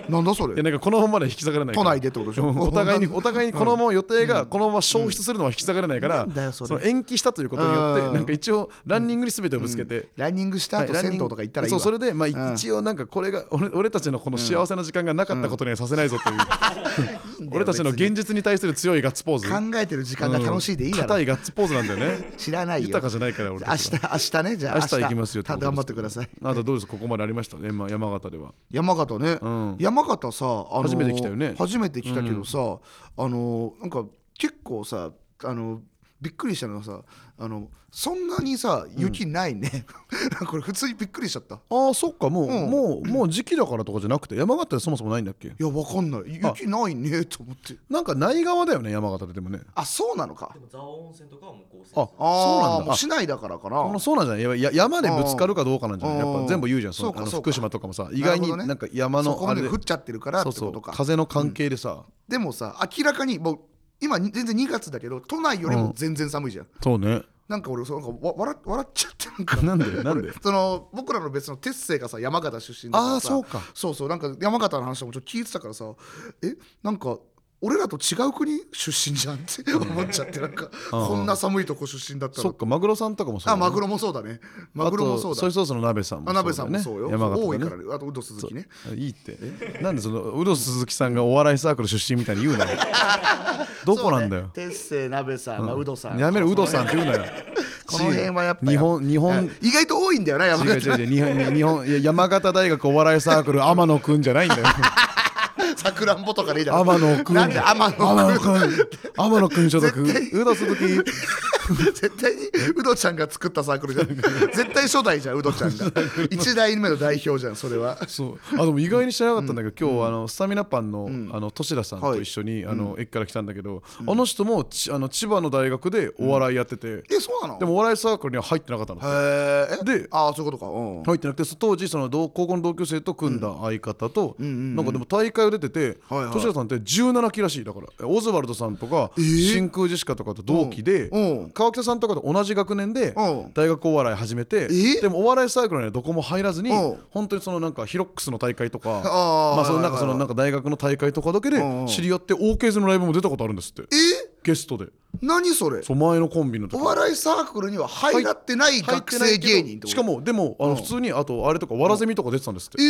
[SPEAKER 2] なんだそれ
[SPEAKER 1] でなんかこのままで引き下がれないから
[SPEAKER 2] 都内でってことでしょ
[SPEAKER 1] うんお互いにお互いにこのまま予定がこのまま消失するのは引き下がれないから
[SPEAKER 2] んだよそ
[SPEAKER 1] そ
[SPEAKER 2] れ
[SPEAKER 1] の延期したということによっ
[SPEAKER 2] うん
[SPEAKER 1] てなんか一応ランニングに全てをぶつけて
[SPEAKER 2] ランニングした後
[SPEAKER 1] はい
[SPEAKER 2] 銭湯とか行ったらいい
[SPEAKER 1] そう
[SPEAKER 2] わ
[SPEAKER 1] それで、まあい
[SPEAKER 2] うん
[SPEAKER 1] 一応なんかこれが俺俺たちのこの幸せな時間がなかったことにはさせないぞという、 [LAUGHS] 俺たちの現実に対する強いガッツポーズ
[SPEAKER 2] 考えてる時間が楽しいでいいだ
[SPEAKER 1] 硬
[SPEAKER 2] ろ
[SPEAKER 1] いガッツポーズなんだよね
[SPEAKER 2] 知らないよ
[SPEAKER 1] 豊かじゃないから俺
[SPEAKER 2] 明
[SPEAKER 1] た
[SPEAKER 2] 日
[SPEAKER 1] ちは
[SPEAKER 2] 明日ねじゃあ
[SPEAKER 1] 明日行きますよ
[SPEAKER 2] た頑張ってください
[SPEAKER 1] あなたどうですかここまでありましたね、まあ、山形では
[SPEAKER 2] 山形ね、
[SPEAKER 1] ん
[SPEAKER 2] 山形さ、あのー
[SPEAKER 1] 初めて来たよね
[SPEAKER 2] 初めて来たけどさ、あのーなんか結構さあのーびっくりしたのがさあのそんなにさ雪ないね、 [LAUGHS] これ普通にびっくりしちゃったい
[SPEAKER 1] ああそっかもう、
[SPEAKER 2] うん
[SPEAKER 1] もうもう時期だからとかじゃなくて山形でそもそもないんだっけ
[SPEAKER 2] やわかんない雪ないねと思って
[SPEAKER 1] なんかない側だよね山形ででもね
[SPEAKER 2] あそうなのか
[SPEAKER 3] でも蔵王温泉とかはもう豪雪
[SPEAKER 1] あ
[SPEAKER 2] あー
[SPEAKER 1] そうなんだ
[SPEAKER 2] もう市内だからかな
[SPEAKER 1] このそうなんじゃないやや山でぶつかるかどうかなんじゃないやっぱ全部言うじゃんその
[SPEAKER 2] そうか
[SPEAKER 1] あの
[SPEAKER 2] そうか
[SPEAKER 1] 福島とかもさ意外に
[SPEAKER 2] なるほどね
[SPEAKER 1] なんか山
[SPEAKER 2] そこ
[SPEAKER 1] の
[SPEAKER 2] ま
[SPEAKER 1] あれ
[SPEAKER 2] で
[SPEAKER 1] で
[SPEAKER 2] 降っちゃってるからってことか
[SPEAKER 1] 風の関係でさ、
[SPEAKER 2] でもさ明らかにもう今に全然2月だけど都内よりも全然寒いじゃん、
[SPEAKER 1] そうね
[SPEAKER 2] なんか俺そうなんかわ笑っ笑っちゃってなんか
[SPEAKER 1] なんでなんで
[SPEAKER 2] 俺その僕らの別の哲星がさ山形出身だから
[SPEAKER 1] [LAUGHS]
[SPEAKER 2] さ
[SPEAKER 1] あーそうか
[SPEAKER 2] そうそうなんか山形の話もちょっと聞いてたからさえなんか俺らと違う国出身じゃんって [LAUGHS] 思っちゃってなん
[SPEAKER 1] う
[SPEAKER 2] か
[SPEAKER 1] ん
[SPEAKER 2] こんな寒いとこ出身だった
[SPEAKER 1] そ
[SPEAKER 2] の
[SPEAKER 1] っかマグロさんとかもそうだ
[SPEAKER 2] あ
[SPEAKER 1] ね
[SPEAKER 2] マグロもそうだねマグロもそう
[SPEAKER 1] あとソ
[SPEAKER 2] だ
[SPEAKER 1] イソースの鍋さんも
[SPEAKER 2] あ鍋さんもそうよ
[SPEAKER 1] 山形
[SPEAKER 2] 多い
[SPEAKER 1] ね
[SPEAKER 2] からねあとウド鈴木ね
[SPEAKER 1] そういいってなんでそのウド鈴木さんがお笑いサークル出身みたいに言うな
[SPEAKER 2] [LAUGHS]
[SPEAKER 1] よどこなんだよ
[SPEAKER 2] そうね鉄星鍋さん、まあ、ウドさん
[SPEAKER 1] やめろウドさんって言うなよ
[SPEAKER 2] [LAUGHS] この辺はやっぱ
[SPEAKER 1] 日本日本、
[SPEAKER 2] はい意外と多いんだよな山
[SPEAKER 1] 違う
[SPEAKER 2] 形
[SPEAKER 1] 違う違う日本日本いや山形大学お笑いサークル天野くんじゃないんだよ
[SPEAKER 2] さくらんぼとかでいいだろ
[SPEAKER 1] 天野くん
[SPEAKER 2] [LAUGHS] なんで天野くん
[SPEAKER 1] くん
[SPEAKER 2] [LAUGHS]
[SPEAKER 1] 天野くん所属ウド鈴木
[SPEAKER 2] 絶対にウドちゃんが作ったサークルじゃん [LAUGHS] 絶対初代じゃんウドちゃん [LAUGHS] が一代目の代表じゃんそれは
[SPEAKER 1] そうあでも意外に知らなかったんだけど、今日あのスタミナパンの,、あの年田さんと一緒に、あの駅から来たんだけど、あの人もちあの千葉の大学でお笑いやってて、
[SPEAKER 2] えそうなの
[SPEAKER 1] でもお笑いサークルには入ってなかったの
[SPEAKER 2] へーえ
[SPEAKER 1] で
[SPEAKER 2] ああそういうことかうん
[SPEAKER 1] 入ってなくてそ当時その同高校の同級生と組んだ相方と、なんかでも大会を出てて
[SPEAKER 2] はいはい
[SPEAKER 1] 年田さんって17期らしいだからオズワルドさんとか、
[SPEAKER 2] ー
[SPEAKER 1] 真空ジェシカとかと同期で、
[SPEAKER 2] うんうん
[SPEAKER 1] 川北さんとかと同じ学年で
[SPEAKER 2] うん
[SPEAKER 1] 大学お笑い始めて、
[SPEAKER 2] ー
[SPEAKER 1] でもお笑いサークルにはどこも入らずに、
[SPEAKER 2] うん
[SPEAKER 1] 本当にそのなんかヒロックスの大会とか
[SPEAKER 2] あー
[SPEAKER 1] まあ、その
[SPEAKER 2] は
[SPEAKER 1] な
[SPEAKER 2] い
[SPEAKER 1] んか
[SPEAKER 2] はいはい
[SPEAKER 1] そのなんか大学の大会とかだけで
[SPEAKER 2] うんうん
[SPEAKER 1] 知り合って OKZ のライブも出たことあるんですって
[SPEAKER 2] え
[SPEAKER 1] ゲストで
[SPEAKER 2] 何それ
[SPEAKER 1] そう前のコンビの時
[SPEAKER 2] お笑いサークルには入らってな
[SPEAKER 1] 入
[SPEAKER 2] い
[SPEAKER 1] っ
[SPEAKER 2] 学
[SPEAKER 1] てない
[SPEAKER 2] 生
[SPEAKER 1] けど
[SPEAKER 2] 芸人ってこと
[SPEAKER 1] しかもでもあの普通にあとあれとかわらゼミとか出てたんですって
[SPEAKER 2] え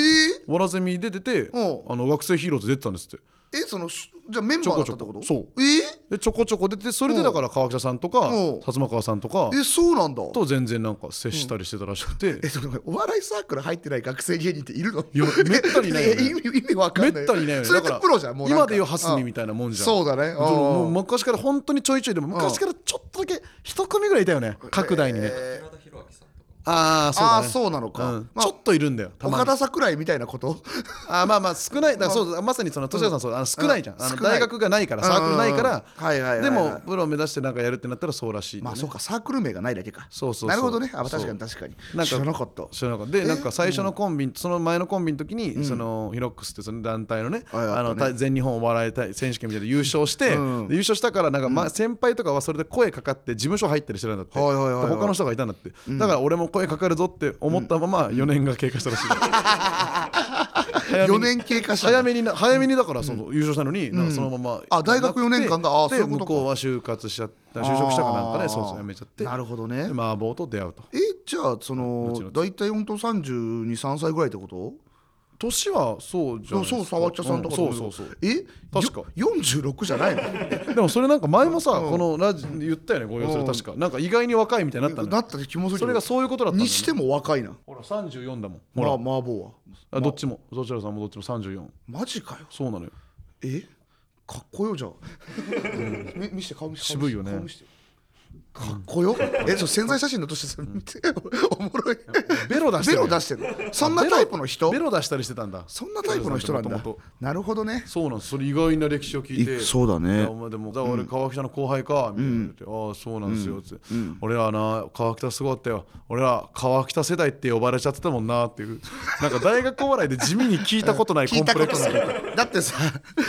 [SPEAKER 2] ー
[SPEAKER 1] わらゼミで出てて
[SPEAKER 2] うん
[SPEAKER 1] あの学生ヒーローズ出てたんですって
[SPEAKER 2] えそのしじゃあメンバーだったってこと
[SPEAKER 1] ちょこちょこ
[SPEAKER 2] え
[SPEAKER 1] でちょこちょこ出ててそれでだから川北さんとか
[SPEAKER 2] うん
[SPEAKER 1] 薩摩川さんとか
[SPEAKER 2] えそうなんだ
[SPEAKER 1] と全然なんか接したりしてたらしくて
[SPEAKER 2] えちょっと待ってお笑いサークル入ってない学生芸人っているの
[SPEAKER 1] いやめったにい
[SPEAKER 2] [LAUGHS]
[SPEAKER 1] ないよね
[SPEAKER 2] え意味意味わかん
[SPEAKER 1] め
[SPEAKER 2] な
[SPEAKER 1] っ
[SPEAKER 2] い
[SPEAKER 1] たにいないよね
[SPEAKER 2] それっ
[SPEAKER 1] だか
[SPEAKER 2] て
[SPEAKER 1] ら
[SPEAKER 2] プロじゃんもうなんか
[SPEAKER 1] 今で言う蓮見みたいなもんじゃん
[SPEAKER 2] あそうだね
[SPEAKER 1] もうも
[SPEAKER 2] う
[SPEAKER 1] うん昔から本当にちょいちょいでも昔からちょっとだけ一組ぐらいいたよね各代にね
[SPEAKER 2] え
[SPEAKER 3] 寺田博明さんとかも
[SPEAKER 1] ああそう
[SPEAKER 2] あ
[SPEAKER 1] だ
[SPEAKER 2] あ
[SPEAKER 1] ね
[SPEAKER 2] そうなのか、
[SPEAKER 1] うん
[SPEAKER 2] まあ
[SPEAKER 1] ちょっといるんだよたま
[SPEAKER 2] 岡
[SPEAKER 1] に
[SPEAKER 2] 田桜井みたいな
[SPEAKER 1] [LAUGHS]
[SPEAKER 2] こと
[SPEAKER 1] あーまあまあ少ないだからそうだまさにその年田さんそうあの少ないじゃんあの
[SPEAKER 2] 少ない
[SPEAKER 1] 大学がないからサークルないから
[SPEAKER 2] うんはいはいはいはい
[SPEAKER 1] でもプロを目指してなんかやるってなったらそうらしいんだ
[SPEAKER 2] ま
[SPEAKER 1] よ
[SPEAKER 2] あ
[SPEAKER 1] ね
[SPEAKER 2] そうかサークル名がないだけか
[SPEAKER 1] そうそうそう
[SPEAKER 2] なるほどねあまあ
[SPEAKER 1] そう
[SPEAKER 2] 確かに確かに
[SPEAKER 1] なんか
[SPEAKER 2] 知らなかった
[SPEAKER 1] 知らなかったでなんか最初のコンビ、その前のコンビの時に、そのヒロックスってその団体のね
[SPEAKER 2] あやったね
[SPEAKER 1] あのた全日本お笑い大選手権みたいな優勝して、
[SPEAKER 2] うん
[SPEAKER 1] で優勝したからなんか、ま先輩とかはそれで声かかって事務所入ったりしてるんだって、
[SPEAKER 2] はいはいはいはい
[SPEAKER 1] で他の人がいたんだって、だから俺も声かかるぞって思ったまま4年が経過
[SPEAKER 2] [LAUGHS]
[SPEAKER 1] したらしい、早め
[SPEAKER 2] 4
[SPEAKER 1] に
[SPEAKER 2] 年経過した
[SPEAKER 1] 早めにな早めにだからその優勝したのに、なんかそのまま
[SPEAKER 2] あ大学四年間があーそう
[SPEAKER 1] で
[SPEAKER 2] い
[SPEAKER 1] 向
[SPEAKER 2] うことか
[SPEAKER 1] こうは就活しちゃった就職したかなんか
[SPEAKER 2] あー
[SPEAKER 1] でそうそうやめちゃって
[SPEAKER 2] なるほどね
[SPEAKER 1] で麻婆と出会うと
[SPEAKER 2] えじゃあその大体本当323歳ぐらいってこと
[SPEAKER 1] 年はそうじゃない
[SPEAKER 2] そう
[SPEAKER 1] です
[SPEAKER 2] そう沢茶さんとか
[SPEAKER 1] うんそうそうそう
[SPEAKER 2] え
[SPEAKER 1] 確か
[SPEAKER 2] よ46じゃないの
[SPEAKER 1] でもそれなんか前もさ、このラジ言ったよねご要する確かなんか意外に若いみたいになったの
[SPEAKER 2] な
[SPEAKER 1] よ
[SPEAKER 2] った気もするけど
[SPEAKER 1] それがそういうことだったんだよ
[SPEAKER 2] にしても若いな
[SPEAKER 1] ほら34だもんほ
[SPEAKER 2] ま
[SPEAKER 1] ら
[SPEAKER 2] あ、麻婆は
[SPEAKER 1] あどっちもどちらさんもどっちも34
[SPEAKER 2] マジかよ
[SPEAKER 1] そうなのよ
[SPEAKER 2] えかっこよじゃんみ見して顔見して
[SPEAKER 1] 渋いよね
[SPEAKER 2] 顔見してかっこよえそう潜在写真のとしてさ見ておもろい
[SPEAKER 1] ベロ出して
[SPEAKER 2] ベ
[SPEAKER 1] るよ
[SPEAKER 2] ロ出してるそんなタイプの人
[SPEAKER 1] ベロ出したりしてたんだ
[SPEAKER 2] そんなタイプの人なんだ
[SPEAKER 1] 元々
[SPEAKER 2] なるほどね
[SPEAKER 1] そうなんですそれ意外な歴史を聞いて
[SPEAKER 2] いそうだね
[SPEAKER 1] いやお前でもだから俺川北の後輩かみたいな言って、ああそうなんですよつって、俺らな川北すごかったよ俺ら川北世代って呼ばれちゃってたもんなっていうなんか大学お笑いで地味に聞いたことないコ
[SPEAKER 2] 聞い
[SPEAKER 1] ン
[SPEAKER 2] た
[SPEAKER 1] プレ
[SPEAKER 2] こ
[SPEAKER 1] ック
[SPEAKER 2] と
[SPEAKER 1] ス
[SPEAKER 2] ないだってさ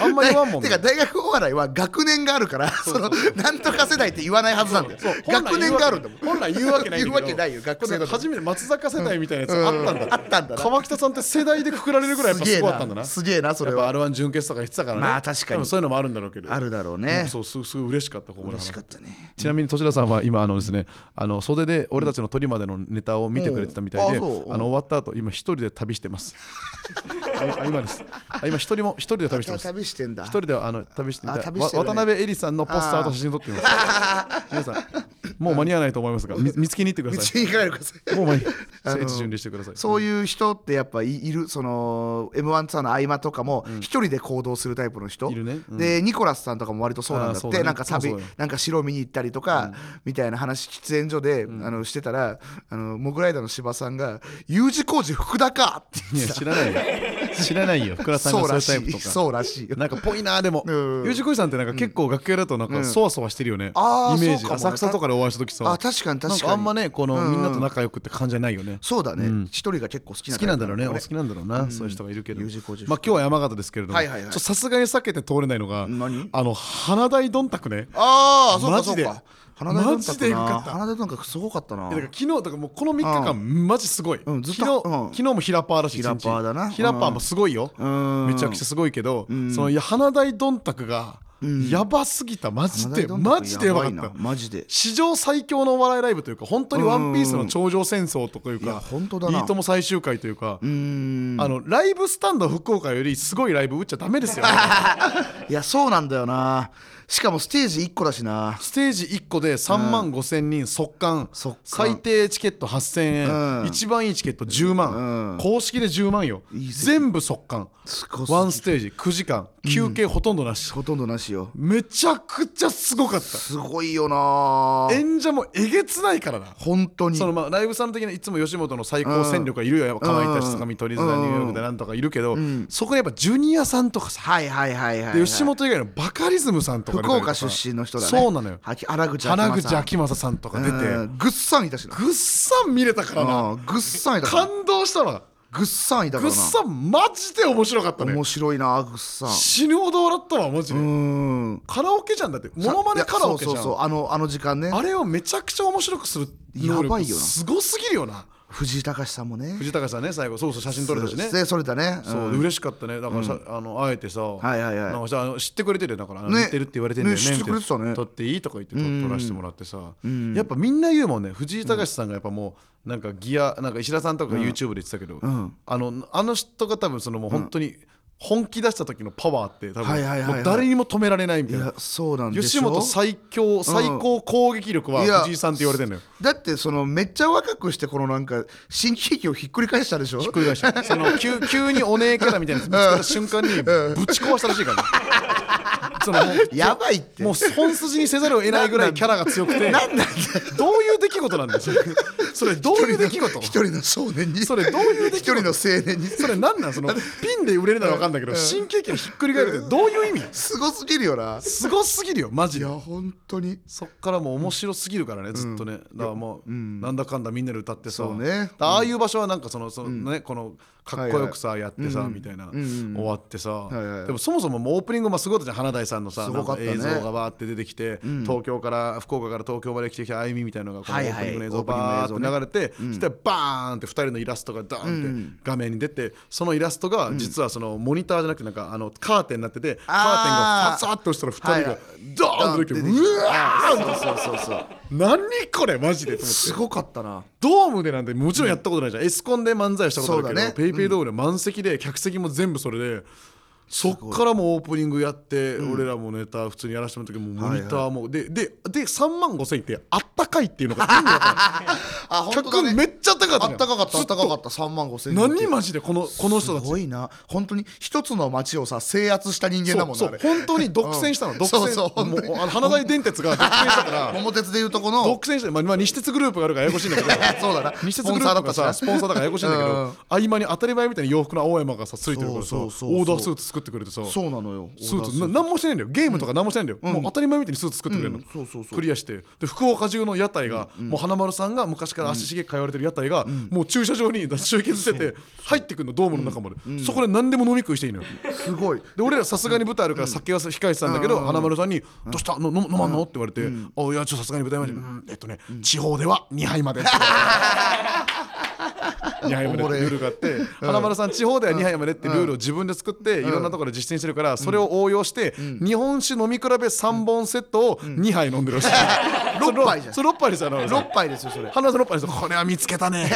[SPEAKER 1] あんま言わんもんね
[SPEAKER 2] てか大学お笑いは学年があるからそのなんとか世代って言わないはずなんだよ学年があるんだもん
[SPEAKER 1] 本来言うわけない
[SPEAKER 2] 言うわけないよ学生
[SPEAKER 1] だ
[SPEAKER 2] だ
[SPEAKER 1] 初めて松坂世代みたいなやつあったんだ、
[SPEAKER 2] うんあったんだな
[SPEAKER 1] 川北さんって世代でくくられるぐらいやっぱすごかったんだな
[SPEAKER 2] すげえなすげえな
[SPEAKER 1] や
[SPEAKER 2] それ
[SPEAKER 1] っ
[SPEAKER 2] は
[SPEAKER 1] ぱ R1 準決とか言ってたからね
[SPEAKER 2] まあ確かに
[SPEAKER 1] 多分そういうのもあるんだろうけど
[SPEAKER 2] あるだろう
[SPEAKER 1] うん
[SPEAKER 2] ね
[SPEAKER 1] そうすすごい嬉しかったここまで
[SPEAKER 2] 嬉
[SPEAKER 1] 話
[SPEAKER 2] し
[SPEAKER 1] して
[SPEAKER 2] かったね
[SPEAKER 1] ちなみに年田さんは今あのですねあの袖で俺たちの鳥までのネタを見てくれてたみたいで、
[SPEAKER 2] うんあそう
[SPEAKER 1] あの終わった後今一人で旅してます
[SPEAKER 2] [LAUGHS]
[SPEAKER 1] あ今ですあ今一人も一人で旅してます
[SPEAKER 2] 旅してんだ
[SPEAKER 1] 一人ではあの旅してみた
[SPEAKER 2] あ
[SPEAKER 1] い、
[SPEAKER 2] 旅
[SPEAKER 1] わ
[SPEAKER 2] してるね
[SPEAKER 1] 渡辺恵里さんのポスターと写真撮
[SPEAKER 2] [LAUGHS]
[SPEAKER 1] ってみます皆さんもう間に合わないと思いますがみ見つけに行ってくださ
[SPEAKER 2] 道に行かないで
[SPEAKER 1] [LAUGHS]
[SPEAKER 2] ください
[SPEAKER 1] いもう間に
[SPEAKER 2] あの
[SPEAKER 1] 聖地巡礼してください
[SPEAKER 2] そういう人ってやっぱいいるその m 1ツアーの合間とかも一人で行動するタイプの人、
[SPEAKER 1] いるねうん
[SPEAKER 2] でニコラスさんとかも割とそうな
[SPEAKER 1] あ
[SPEAKER 2] んだ
[SPEAKER 1] ー
[SPEAKER 2] っ
[SPEAKER 1] そ
[SPEAKER 2] て
[SPEAKER 1] うだね
[SPEAKER 2] なんか
[SPEAKER 1] そ
[SPEAKER 2] 旅
[SPEAKER 1] うそうよ
[SPEAKER 2] なんか城見に行ったりとか、みたいな話喫煙所で、あのしてたらあのモグライダーの芝さんが「U 字工事福田か!」って
[SPEAKER 1] いや知らないよ知らないよ福田さん
[SPEAKER 2] そう
[SPEAKER 1] が
[SPEAKER 2] ら
[SPEAKER 1] そ
[SPEAKER 2] し
[SPEAKER 1] ういうタイプ
[SPEAKER 2] い
[SPEAKER 1] とか
[SPEAKER 2] そうらしいよ
[SPEAKER 1] なんかぽいなでも
[SPEAKER 2] うん
[SPEAKER 1] U 字工事さんってなんか結構楽屋だとなんかそわそわしてるよね、
[SPEAKER 2] あー
[SPEAKER 1] イメー
[SPEAKER 2] そう
[SPEAKER 1] ジ
[SPEAKER 2] かも
[SPEAKER 1] 浅草とかでお会いした時さ
[SPEAKER 2] あ確かに確かに
[SPEAKER 1] なんかあんまねこの、
[SPEAKER 2] うんうん
[SPEAKER 1] みんなと仲良くって感じじゃないよね
[SPEAKER 2] そうだね一、人が結構好きな
[SPEAKER 1] 好き
[SPEAKER 2] タイプ
[SPEAKER 1] なんだろうねお
[SPEAKER 2] こ
[SPEAKER 1] 好きなんだろうな、そういう人がいるけど、
[SPEAKER 2] U 字工事
[SPEAKER 1] まあ今日は山形ですけれども
[SPEAKER 2] はい
[SPEAKER 1] ち
[SPEAKER 2] はいはい
[SPEAKER 1] ょっとさすがに避けて通れないのが
[SPEAKER 2] 何
[SPEAKER 1] あの花大どんたくね
[SPEAKER 2] ああそうか
[SPEAKER 1] マ
[SPEAKER 2] そ
[SPEAKER 1] ジで
[SPEAKER 2] うか花田
[SPEAKER 1] マジでよかった
[SPEAKER 2] 花田なんかすごかったな
[SPEAKER 1] や
[SPEAKER 2] い
[SPEAKER 1] だから昨日だからもうこの3日間、マジすごい、
[SPEAKER 2] うんずっと
[SPEAKER 1] 昨日、
[SPEAKER 2] うん
[SPEAKER 1] 昨日も平パーらしい
[SPEAKER 2] 平パー
[SPEAKER 1] 一日
[SPEAKER 2] だな
[SPEAKER 1] 平パーもすごいよ、
[SPEAKER 2] ん
[SPEAKER 1] めちゃくちゃすごいけど、そのいや花大どんたくが
[SPEAKER 2] うん
[SPEAKER 1] やばすぎたマジで
[SPEAKER 2] 花大どんたくん
[SPEAKER 1] マジでやばかっ
[SPEAKER 2] やばい
[SPEAKER 1] た
[SPEAKER 2] なマジで
[SPEAKER 1] 史上最強のお笑いライブというか本当に「ワンピースの頂上戦争という
[SPEAKER 2] いや
[SPEAKER 1] か
[SPEAKER 2] 本
[SPEAKER 1] 「
[SPEAKER 2] 当だ
[SPEAKER 1] い
[SPEAKER 2] ない
[SPEAKER 1] とも最終回というか
[SPEAKER 2] う、ーん
[SPEAKER 1] あのライブスタンド福岡よりすごいライブ打っちゃダメ
[SPEAKER 2] [LAUGHS]
[SPEAKER 1] ですよ、ね、
[SPEAKER 2] いやそうなんだよなしかもステージ1個だしな
[SPEAKER 1] ステージ1個で3万5千人速乾
[SPEAKER 2] 速乾
[SPEAKER 1] 最低チケット8000円、
[SPEAKER 2] うん
[SPEAKER 1] 一番いいチケット10万、
[SPEAKER 2] うん
[SPEAKER 1] 公式で10万よ
[SPEAKER 2] いい席
[SPEAKER 1] 全部速乾
[SPEAKER 2] すごすぎ
[SPEAKER 1] ワンステージ9時間休憩ほとんどなし、
[SPEAKER 2] ほとんどなしよ
[SPEAKER 1] めちゃくちゃすごかった
[SPEAKER 2] すごいよな
[SPEAKER 1] 演者もえげつないからな
[SPEAKER 2] 本当に
[SPEAKER 1] そのまあライブさん的ないつも吉本の最高戦力がいるよやっぱかまいたちとか見取り図だ
[SPEAKER 2] うん
[SPEAKER 1] ニューヨークだなんとかいるけど、
[SPEAKER 2] ん
[SPEAKER 1] そこにやっぱジュニアさんとかさ、
[SPEAKER 2] はいはいはいはい、はい、
[SPEAKER 1] で吉本以外のバカリズムさんとか出た
[SPEAKER 2] 福
[SPEAKER 1] りとか
[SPEAKER 2] 岡出身の人だね
[SPEAKER 1] そうなのよ
[SPEAKER 2] はき原口
[SPEAKER 1] 花口
[SPEAKER 2] 秋間さん
[SPEAKER 1] 秋政さんとか出て、
[SPEAKER 2] うんぐっさんいたしな
[SPEAKER 1] ぐっさん見れたからな
[SPEAKER 2] うんぐっさんいたから
[SPEAKER 1] 感動したわ
[SPEAKER 2] ぐっさんいたか
[SPEAKER 1] ぐっ
[SPEAKER 2] らな
[SPEAKER 1] さんマジで面白かったね
[SPEAKER 2] 面白いなぐっさん
[SPEAKER 1] 死ぬほど笑ったわマジ
[SPEAKER 2] う
[SPEAKER 1] で、
[SPEAKER 2] ーん
[SPEAKER 1] カラオケじゃんだってモノマネカラオケじゃん
[SPEAKER 2] いやそうそうそうあのあの時間ね
[SPEAKER 1] あれをめちゃくちゃ面白くする能力
[SPEAKER 2] やばいよな
[SPEAKER 1] すごすぎるよな
[SPEAKER 2] 藤井隆さんもね
[SPEAKER 1] 藤高さんね最後そうそう写真撮れたしね
[SPEAKER 2] でそれだね
[SPEAKER 1] そう、
[SPEAKER 2] ん
[SPEAKER 1] 嬉しかったねだからさ、あのあえてさ、
[SPEAKER 2] はいはいはい
[SPEAKER 1] なんかさあの知ってくれてるよだから、
[SPEAKER 2] ね
[SPEAKER 1] 似てるって言われてるんだよね
[SPEAKER 2] ね知ってくれてたね
[SPEAKER 1] みいな撮っていいとか言って撮
[SPEAKER 2] うん
[SPEAKER 1] 撮らせてもらってさ、
[SPEAKER 2] うん
[SPEAKER 1] やっぱみんな言うもんね藤井隆さんがやっぱもうなんかギアなんか石田さんとかが YouTube で言ってたけど、
[SPEAKER 2] うん
[SPEAKER 1] あのあの人が多分そのもう本当に本気出した時のパワーって多
[SPEAKER 2] はい
[SPEAKER 1] 分
[SPEAKER 2] はいはいはい
[SPEAKER 1] もう誰にも止められないみ
[SPEAKER 2] い
[SPEAKER 1] たいな
[SPEAKER 2] やそうなんでし
[SPEAKER 1] 吉
[SPEAKER 2] ょ
[SPEAKER 1] 本最強最高攻撃力
[SPEAKER 2] いや
[SPEAKER 1] は藤井さんって言われてるのよ
[SPEAKER 2] だってそのめっちゃ若くしてこのなんか新喜劇をひっくり返したでしょ
[SPEAKER 1] ひっくり返したその急急におねえキャラみたいなやつ見つけた瞬間にぶち壊したらしいからね、そのもう
[SPEAKER 2] やばいって
[SPEAKER 1] もう本筋にせざるを得ないぐらいキャラが強くてどういう出来事なんですかそれどういう出来事
[SPEAKER 2] 一人の少年に
[SPEAKER 1] それどういう出
[SPEAKER 2] 一
[SPEAKER 1] 来
[SPEAKER 2] 人の
[SPEAKER 1] 事
[SPEAKER 2] 青年に
[SPEAKER 1] それ何なんそのピンで売れるなら分かんないけど新喜劇をひっくり返るってどういう意味
[SPEAKER 2] すごすぎるよな
[SPEAKER 1] すごすぎるよマジ
[SPEAKER 2] い
[SPEAKER 1] で
[SPEAKER 2] や本当に
[SPEAKER 1] そっからもう面白すぎるからねずっとね、だからもう、なんだかんだみんなで歌ってさ
[SPEAKER 2] そうね
[SPEAKER 1] だああいう場所はなんかそのその、ねこのかっこよくさ、やってさ、みたいな、
[SPEAKER 2] ん
[SPEAKER 1] 終わってさ、
[SPEAKER 2] いはい
[SPEAKER 1] でもそもそももうオープニングもすごかったじゃん花大さんのさ
[SPEAKER 2] すごかったね
[SPEAKER 1] なん映像がバーって出てきて、東京から福岡から東京まで来てきたあゆみみたいなのがこのオ
[SPEAKER 2] は
[SPEAKER 1] ー
[SPEAKER 2] いは
[SPEAKER 1] プ
[SPEAKER 2] い
[SPEAKER 1] ニングの映像
[SPEAKER 2] オープニング
[SPEAKER 1] バ
[SPEAKER 2] の
[SPEAKER 1] ーっ
[SPEAKER 2] 映
[SPEAKER 1] て流
[SPEAKER 2] 像ね
[SPEAKER 1] れて、そしたらバーンって2人のイラストがダーンって画面に出て、そのイラストが実はそのモニターじゃなくてなんかあのカーテンになっててカーテンが
[SPEAKER 2] あー
[SPEAKER 1] ファサッと押したら2人が
[SPEAKER 2] ド
[SPEAKER 1] ダーン
[SPEAKER 2] ー
[SPEAKER 1] っ
[SPEAKER 2] ン
[SPEAKER 1] て出
[SPEAKER 2] 出
[SPEAKER 1] て
[SPEAKER 2] て
[SPEAKER 1] き
[SPEAKER 2] き
[SPEAKER 1] て
[SPEAKER 2] た
[SPEAKER 1] うわー
[SPEAKER 2] そうそうそうそう
[SPEAKER 1] 何これマジでと思って
[SPEAKER 2] すごかったな
[SPEAKER 1] ドームでなんてもちろんやったことないじゃん、エスコンで漫才をしたことあるけ
[SPEAKER 2] そう
[SPEAKER 1] ど、
[SPEAKER 2] だね
[SPEAKER 1] ペイペイドームで満席で客席も全部それでそっからもうオープニングやって、俺らもネタ普通にやらせてもらった時もうモニターも、ででで3万5千ってあったかいっていうのが意味わかんない
[SPEAKER 2] あ本当
[SPEAKER 1] 客
[SPEAKER 2] だ
[SPEAKER 1] め
[SPEAKER 2] ね
[SPEAKER 1] っちゃあったかかったじゃん
[SPEAKER 2] あったかかったあ
[SPEAKER 1] ず
[SPEAKER 2] っ
[SPEAKER 1] と
[SPEAKER 2] たかかった3万5千人 [LAUGHS] って
[SPEAKER 1] 何マジでこのこの人たち
[SPEAKER 2] すごいな本当に一つの町をさ制圧した人間だもん
[SPEAKER 1] そ
[SPEAKER 2] な
[SPEAKER 1] う
[SPEAKER 2] あ
[SPEAKER 1] そう
[SPEAKER 2] れ
[SPEAKER 1] 本当に独占したの、
[SPEAKER 2] うん
[SPEAKER 1] 独占
[SPEAKER 2] [LAUGHS] そうそう本
[SPEAKER 1] も
[SPEAKER 2] 当
[SPEAKER 1] う
[SPEAKER 2] に
[SPEAKER 1] あの花大電鉄が独占したから
[SPEAKER 2] 桃鉄でいうとこの
[SPEAKER 1] 独占して、まあ、まあ西鉄グループがあるからややこしいんだけど
[SPEAKER 2] [LAUGHS] そうだな
[SPEAKER 1] 西鉄グループがさス
[SPEAKER 2] ス
[SPEAKER 1] ポ
[SPEAKER 2] ポ
[SPEAKER 1] ン
[SPEAKER 2] ン
[SPEAKER 1] サーだから
[SPEAKER 2] サーだから
[SPEAKER 1] ややこしいんだけど、
[SPEAKER 2] うん
[SPEAKER 1] 合間に当たり前みたいに洋服の青山がさついてるからさ
[SPEAKER 2] そうそうそうそう
[SPEAKER 1] オーダースーツ作ってくれてさ
[SPEAKER 2] そうなのよ
[SPEAKER 1] スーツな何もしてないんだよゲームとか何もしてないんだよ、もう当たり前みたいにスーツ作ってくれるの、
[SPEAKER 2] うんそうそうそう
[SPEAKER 1] クリアしてで福岡中の屋台が、もう花丸さんが昔から足しげく通われてる屋台が、もう駐車場に集結してて入ってくるのドームの中まで、そこで何でも飲み食いしていいのよ
[SPEAKER 2] すごい
[SPEAKER 1] で俺らさすがに舞台あるから酒は控えてたんだけど花丸さんに「どうしたの飲飲まんの?」って言われて「あいやちょっとさすがに舞台まで、うんえっとね地方では2杯まで」2杯までってルールがあって花丸さん地方では2杯までってルールを自分で作っていろんなところで実践してるからそれを応用して日本酒飲み比べ3本セットを2杯飲んでる [LAUGHS] らしい
[SPEAKER 2] 六杯じゃん
[SPEAKER 1] それ6杯ですよ花丸さん
[SPEAKER 2] 6杯ですよそれ
[SPEAKER 1] 花丸さん6杯ですよこれは見つけ [LAUGHS] たね見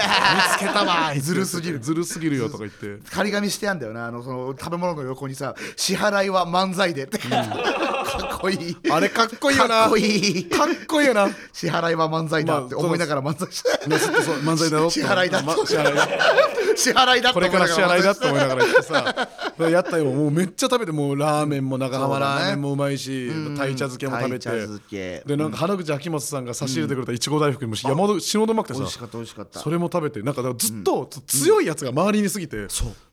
[SPEAKER 1] つけたわずるすぎるずるすぎるよとか言って
[SPEAKER 2] 仮紙してあんだよなあのその食べ物の横にさ支払いは漫才でって、かっこいい
[SPEAKER 1] あれ [LAUGHS] かっこいいよな
[SPEAKER 2] かっこいい
[SPEAKER 1] かっこいいよな
[SPEAKER 2] 支払いは漫才だって思いながら漫才して、
[SPEAKER 1] ねずっとそう漫才だろって
[SPEAKER 2] 支払いだ
[SPEAKER 1] ま支払いだ
[SPEAKER 2] 支払いだっ
[SPEAKER 1] こ
[SPEAKER 2] て思
[SPEAKER 1] れ
[SPEAKER 2] い
[SPEAKER 1] か
[SPEAKER 2] なが
[SPEAKER 1] ら
[SPEAKER 2] ら
[SPEAKER 1] 支払いだって思いながら言って
[SPEAKER 2] [LAUGHS]
[SPEAKER 1] さ屋台ももうめっちゃ食べてもうラーメンも長浜ラーメンもうまいし鯛茶漬けも食べ
[SPEAKER 2] 鯛茶
[SPEAKER 1] て
[SPEAKER 2] 漬け
[SPEAKER 1] でなんか花口秋元さんが差し入れてくれたいちご大福にもし山ほど死ぬほどうまくて
[SPEAKER 2] 美味し
[SPEAKER 1] さ
[SPEAKER 2] かった美味しかった
[SPEAKER 1] それも食べてなんかだからずっと強いやつが周りにすぎて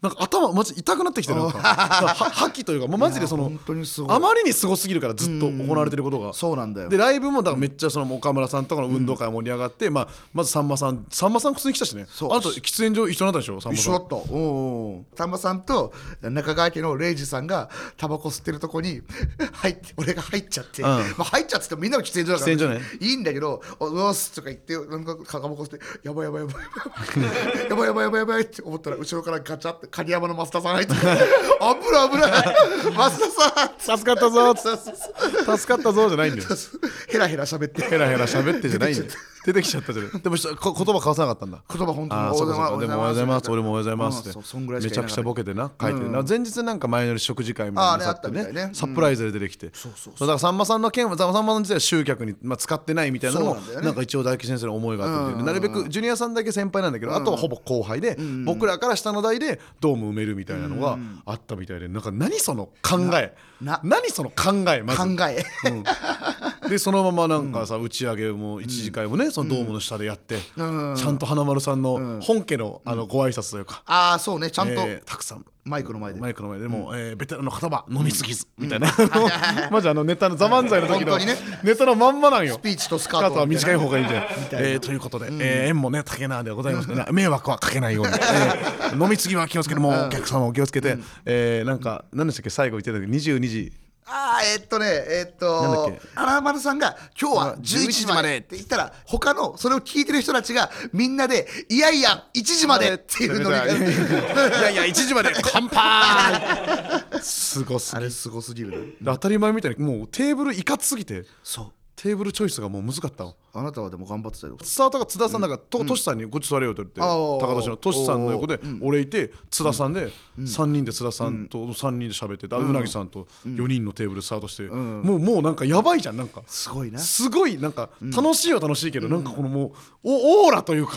[SPEAKER 1] なんか頭マジ痛くなってきてなんかなんかは覇気というかもうマジでそ
[SPEAKER 2] いや
[SPEAKER 1] の
[SPEAKER 2] 本当にすごい
[SPEAKER 1] あまりにすごすぎるからずっと行われてることが
[SPEAKER 2] そうなんだよ
[SPEAKER 1] でライブもだからめっちゃその岡村さんとかの運動会盛り上がって、まあ、まずさんまさんさんまさん普通に来たしねあ
[SPEAKER 2] そう
[SPEAKER 1] なた喫煙所一緒になったでしょさんま
[SPEAKER 2] 一
[SPEAKER 1] さ
[SPEAKER 2] 緒
[SPEAKER 1] ん
[SPEAKER 2] だったうんうんうんさんまさんと中川家の礼二さんがタバコ吸ってるとこに [LAUGHS] 入って俺が入っちゃって、
[SPEAKER 1] うん
[SPEAKER 2] まあ、入っちゃってみんなも喫煙所だから
[SPEAKER 1] 喫煙所ね
[SPEAKER 2] いいんだけど「おうおっす」とか言ってなんかタバコ吸って「やばいやばいやばい [LAUGHS] やばいやばいやばいやばいやばい」って思ったら後ろからガチャって鍵山の増田さん入っ
[SPEAKER 1] [LAUGHS]
[SPEAKER 2] てきて危ない危ない増田さん
[SPEAKER 1] 助かったぞ助かったぞじゃないん [LAUGHS] だよ
[SPEAKER 2] ヘラヘラ喋って
[SPEAKER 1] ヘラヘラ喋ってじゃないんだよ出てきちゃったじゃないでもしこ言葉交わさなかったんだ
[SPEAKER 2] 言葉本当に
[SPEAKER 1] ああそうかそうかでもおはようございます俺もおはようございます
[SPEAKER 2] うんそうそんぐら
[SPEAKER 1] っ
[SPEAKER 2] い
[SPEAKER 1] て
[SPEAKER 2] し
[SPEAKER 1] め
[SPEAKER 2] か
[SPEAKER 1] ちゃ
[SPEAKER 2] 言え
[SPEAKER 1] く
[SPEAKER 2] なかっ
[SPEAKER 1] ちゃ
[SPEAKER 2] た
[SPEAKER 1] ボケてな書いてるな前日なんか前の食事会み
[SPEAKER 2] あ
[SPEAKER 1] た
[SPEAKER 2] あ
[SPEAKER 1] い
[SPEAKER 2] ね
[SPEAKER 1] なのさって
[SPEAKER 2] あったみたい
[SPEAKER 1] ね
[SPEAKER 2] ね
[SPEAKER 1] サプライズで出てきて
[SPEAKER 2] そうそう
[SPEAKER 1] だからさんまさんの件はさんまさんの自体は集客にまあ使ってないみたいなのも
[SPEAKER 2] そうなんだよね
[SPEAKER 1] なんか一応大吉先生の思いがあってみたいななるべくジュニアさんだけ先輩なんだけどあとはほぼ後輩で僕らから下の代でドーム埋めるみたいなのがあったみたいでなんか何その考え
[SPEAKER 2] なな
[SPEAKER 1] 何その考えまず
[SPEAKER 2] 考え
[SPEAKER 1] でそのままなんかさ、打ち上げも一次会もね、そのドームの下でやって、
[SPEAKER 2] うん
[SPEAKER 1] ちゃんと花丸さんの本家の,、あのご挨拶というか、
[SPEAKER 2] ああそうねちゃんと
[SPEAKER 1] えーたくさん
[SPEAKER 2] マイクの前で
[SPEAKER 1] マイクの前でもう、えーベテランの方は飲みすぎず、みたいな、 [LAUGHS] マジあのネタの「ザ漫才の時
[SPEAKER 2] 本
[SPEAKER 1] の、
[SPEAKER 2] 当にね
[SPEAKER 1] ネタのまんまなんよ
[SPEAKER 2] スピーチとス
[SPEAKER 1] スカ
[SPEAKER 2] カート
[SPEAKER 1] ートは短い方がいいんで、
[SPEAKER 2] いな
[SPEAKER 1] えーということで、えー縁もね竹縄でございますから、迷惑はかけないように、えー飲みすぎは気をつけてもうお客様も気をつけて、えーなんか何でしたっけ最後言ってたけど22時
[SPEAKER 2] ああえーっとねえーっ
[SPEAKER 1] なん
[SPEAKER 2] と
[SPEAKER 1] だっけ
[SPEAKER 2] 荒丸さんが「今日は11時まで」って言ったら他のそれを聞いてる人たちがみんなで「いやいや1時まで」っていうの
[SPEAKER 1] いや
[SPEAKER 2] に
[SPEAKER 1] いや1時まで乾杯すごす
[SPEAKER 2] [LAUGHS] あ
[SPEAKER 1] ぎ
[SPEAKER 2] れすごすぎるね
[SPEAKER 1] 当たり前みたいにもうテーブルいかつすぎて
[SPEAKER 2] そう
[SPEAKER 1] テーブルチョイスがもう難かったわ
[SPEAKER 2] あなたはでも頑張ってたよ
[SPEAKER 1] スタートが津田さんなんかとトシさんにこっち座れよって言って
[SPEAKER 2] あー
[SPEAKER 1] 高田氏のトシさんの横で俺いて津田さんで3人で津田さんと3人で喋っててあうなぎさんと4人のテーブルスタートしてもうもうなんかやばいじゃんなんか
[SPEAKER 2] すごいな
[SPEAKER 1] すごいなんか楽しいは楽しいけど、なんかこのもうおオーラというか、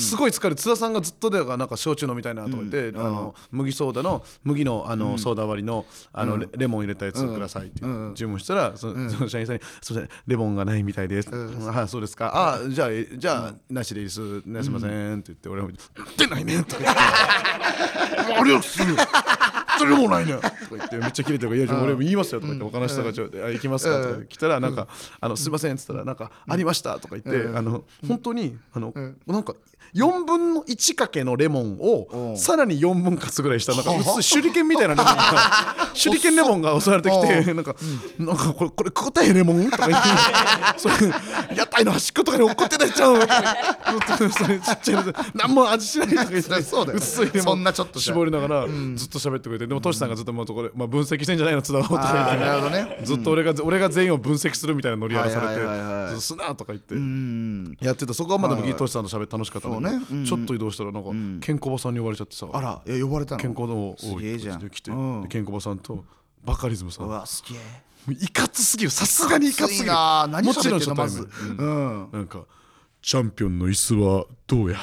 [SPEAKER 1] すごい疲れる津田さんがずっとだからなんか焼酎飲みたいなとか言って、あの麦ソーダの麦のあのソーダ割りのあのレレモン入れたやつくださいって注文したら、そのその社員さんに「すみませんレモンがないみたいです」あそうですかあじゃあえじゃあ、なしでいいです、ね、すいません」って言って俺も「出ないね」とか言 [LAUGHS] って。ありがとうございます。それもない [LAUGHS] ね。とか言ってめっちゃ切れてるから、いやでも俺も言いますよとか言って、他の人がちょっと、あ行きますかとか来たら、なんか、あの、すいませんっつったら、なんか、ありましたとか言って、あの、本当に、あの、なんか、4分の1かけのレモン
[SPEAKER 2] う
[SPEAKER 1] を
[SPEAKER 2] ん
[SPEAKER 1] さらに4分割ぐらいしたなんか薄い手裏剣みたいなレモンが [LAUGHS] 手裏剣レモンが襲われてきてなんかなんかこれこれ食ったへレモンとか言 [LAUGHS] ってそれ屋台の端っことかに落っこってたやつ [LAUGHS] ちゃうとか言ってそれちっちゃいの何も味しないとか言っ
[SPEAKER 2] そり
[SPEAKER 1] て
[SPEAKER 2] ゃそうだよ
[SPEAKER 1] 薄いレモン
[SPEAKER 2] そんなちょっとじゃ
[SPEAKER 1] 絞りながらずっと喋ってくれてでもトシさんがずっともうとこでまあ分析してんじゃないの津田をとか言って
[SPEAKER 2] ああなるほどね
[SPEAKER 1] ずっと俺が俺が全員を分析するみたいなノリやらされて
[SPEAKER 2] はいはいはいはい
[SPEAKER 1] ずっとすなとか言って
[SPEAKER 2] うん
[SPEAKER 1] やってたそこはまだ
[SPEAKER 2] はいはい
[SPEAKER 1] 麦トシさんと喋って楽しかったんだけ
[SPEAKER 2] そうねうん
[SPEAKER 1] ど
[SPEAKER 2] うん
[SPEAKER 1] ちょっと移動したらなんかケンコバさんに呼ばれちゃってさ
[SPEAKER 2] あらえ呼ばれたの
[SPEAKER 1] 健康の
[SPEAKER 2] すげえじゃん
[SPEAKER 1] で来て、
[SPEAKER 2] うん
[SPEAKER 1] でケンコバさんとバカリズムさん
[SPEAKER 2] う
[SPEAKER 1] も
[SPEAKER 2] わすげえ
[SPEAKER 1] ういかつすぎるさすがにいかつす
[SPEAKER 2] つい
[SPEAKER 1] ぎる
[SPEAKER 2] な何
[SPEAKER 1] もちろ
[SPEAKER 2] 喋
[SPEAKER 1] ん
[SPEAKER 2] って
[SPEAKER 1] 初対
[SPEAKER 2] んのま
[SPEAKER 1] 面、
[SPEAKER 2] ずうん
[SPEAKER 1] なんかチャンピオンの椅子はど
[SPEAKER 2] [LAUGHS]
[SPEAKER 1] うや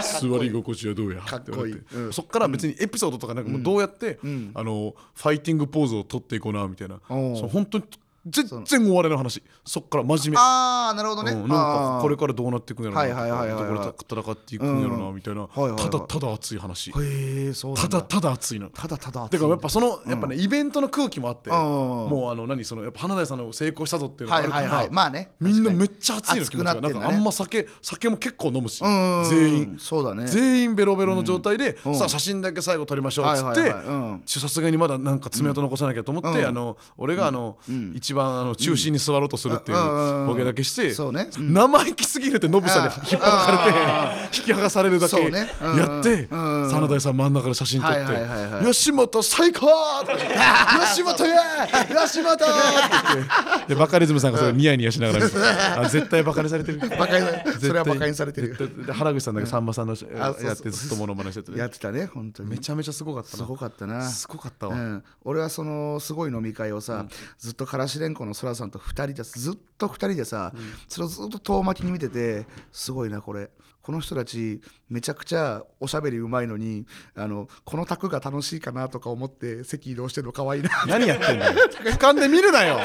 [SPEAKER 1] 座り心地はどうや
[SPEAKER 2] かっこいい
[SPEAKER 1] って言われて
[SPEAKER 2] うん
[SPEAKER 1] そっから別にエピソードとかなんかもうどうやって、あのファイティングポーズを取っていこうなみたいなそ
[SPEAKER 2] おう
[SPEAKER 1] の本当に全然終われの話そっから真面目
[SPEAKER 2] ああなるほどね
[SPEAKER 1] うん、なん
[SPEAKER 2] あ
[SPEAKER 1] か
[SPEAKER 2] ー
[SPEAKER 1] これからどうなっていくんやろ
[SPEAKER 2] はい
[SPEAKER 1] な
[SPEAKER 2] はいはいはいはい
[SPEAKER 1] どこで戦っていくんやろなみたいな、
[SPEAKER 2] はいはいはい
[SPEAKER 1] ただただ熱い話、
[SPEAKER 2] へえそうな
[SPEAKER 1] た
[SPEAKER 2] んだ
[SPEAKER 1] だただ熱いな
[SPEAKER 2] ただただ
[SPEAKER 1] だからやっぱそのやっぱね、イベントの空気もあって、
[SPEAKER 2] うん
[SPEAKER 1] もうあの何そのやっぱ花田さんの成功したぞっていうのが
[SPEAKER 2] は
[SPEAKER 1] あ
[SPEAKER 2] い
[SPEAKER 1] るか
[SPEAKER 2] はい
[SPEAKER 1] ら、
[SPEAKER 2] はいまあね
[SPEAKER 1] みんなめ
[SPEAKER 2] っ
[SPEAKER 1] っちゃ熱いの
[SPEAKER 2] 熱
[SPEAKER 1] 気持
[SPEAKER 2] く
[SPEAKER 1] ち
[SPEAKER 2] な
[SPEAKER 1] が
[SPEAKER 2] って
[SPEAKER 1] な
[SPEAKER 2] んだ
[SPEAKER 1] ん
[SPEAKER 2] ね
[SPEAKER 1] かあんま酒酒も結構飲むし、
[SPEAKER 2] うん
[SPEAKER 1] 全員
[SPEAKER 2] そうだね
[SPEAKER 1] 全員ベロベロの状態で、
[SPEAKER 2] うん
[SPEAKER 1] さあ写真だけ最後撮りましょうっつ
[SPEAKER 2] は
[SPEAKER 1] っ
[SPEAKER 2] いはい
[SPEAKER 1] て
[SPEAKER 2] はいうん
[SPEAKER 1] ちょさすがにまだなんか爪痕残さなきゃと思って、
[SPEAKER 2] うん
[SPEAKER 1] あの俺があの、一番あの中心に座ろうとするっていう
[SPEAKER 2] うん
[SPEAKER 1] ボケだけして、
[SPEAKER 2] そうねう
[SPEAKER 1] 生意気すぎるってノブさんに
[SPEAKER 2] あー
[SPEAKER 1] 引っ張られて引き剥がされるだけ
[SPEAKER 2] そうねうん
[SPEAKER 1] やって、
[SPEAKER 2] うん
[SPEAKER 1] 真田さん真ん中で写真撮って
[SPEAKER 2] はいはいはいは
[SPEAKER 1] 「
[SPEAKER 2] い
[SPEAKER 1] 吉本最高!」って
[SPEAKER 2] [LAUGHS]
[SPEAKER 1] 「吉本や吉本!」って言ってでバカリズムさんがそれニヤニヤしながら見てあ絶対バカにされてる。
[SPEAKER 2] バカに
[SPEAKER 1] [LAUGHS]
[SPEAKER 2] それはバカにされてる
[SPEAKER 1] 絶対で原口さんだけさんまさんの
[SPEAKER 2] あそうそう
[SPEAKER 1] やってずっとモノマネしてて
[SPEAKER 2] やってたね本当に
[SPEAKER 1] めちゃめちゃすごかった
[SPEAKER 2] す
[SPEAKER 1] な
[SPEAKER 2] ごかったな
[SPEAKER 1] すごかった
[SPEAKER 2] う
[SPEAKER 1] わ、
[SPEAKER 2] ん、俺はそのすごい飲み会をさ、ずっとからしれんこのそらさんと2人でずっと2人でさ、それをずっと遠巻きに見ててすごいなこれこの人たちめちゃくちゃおしゃべりうまいのにあのこの卓が楽しいかなとか思って席移動してるの可愛いな
[SPEAKER 1] 何やってんだよ [LAUGHS] 俯瞰で見るなよ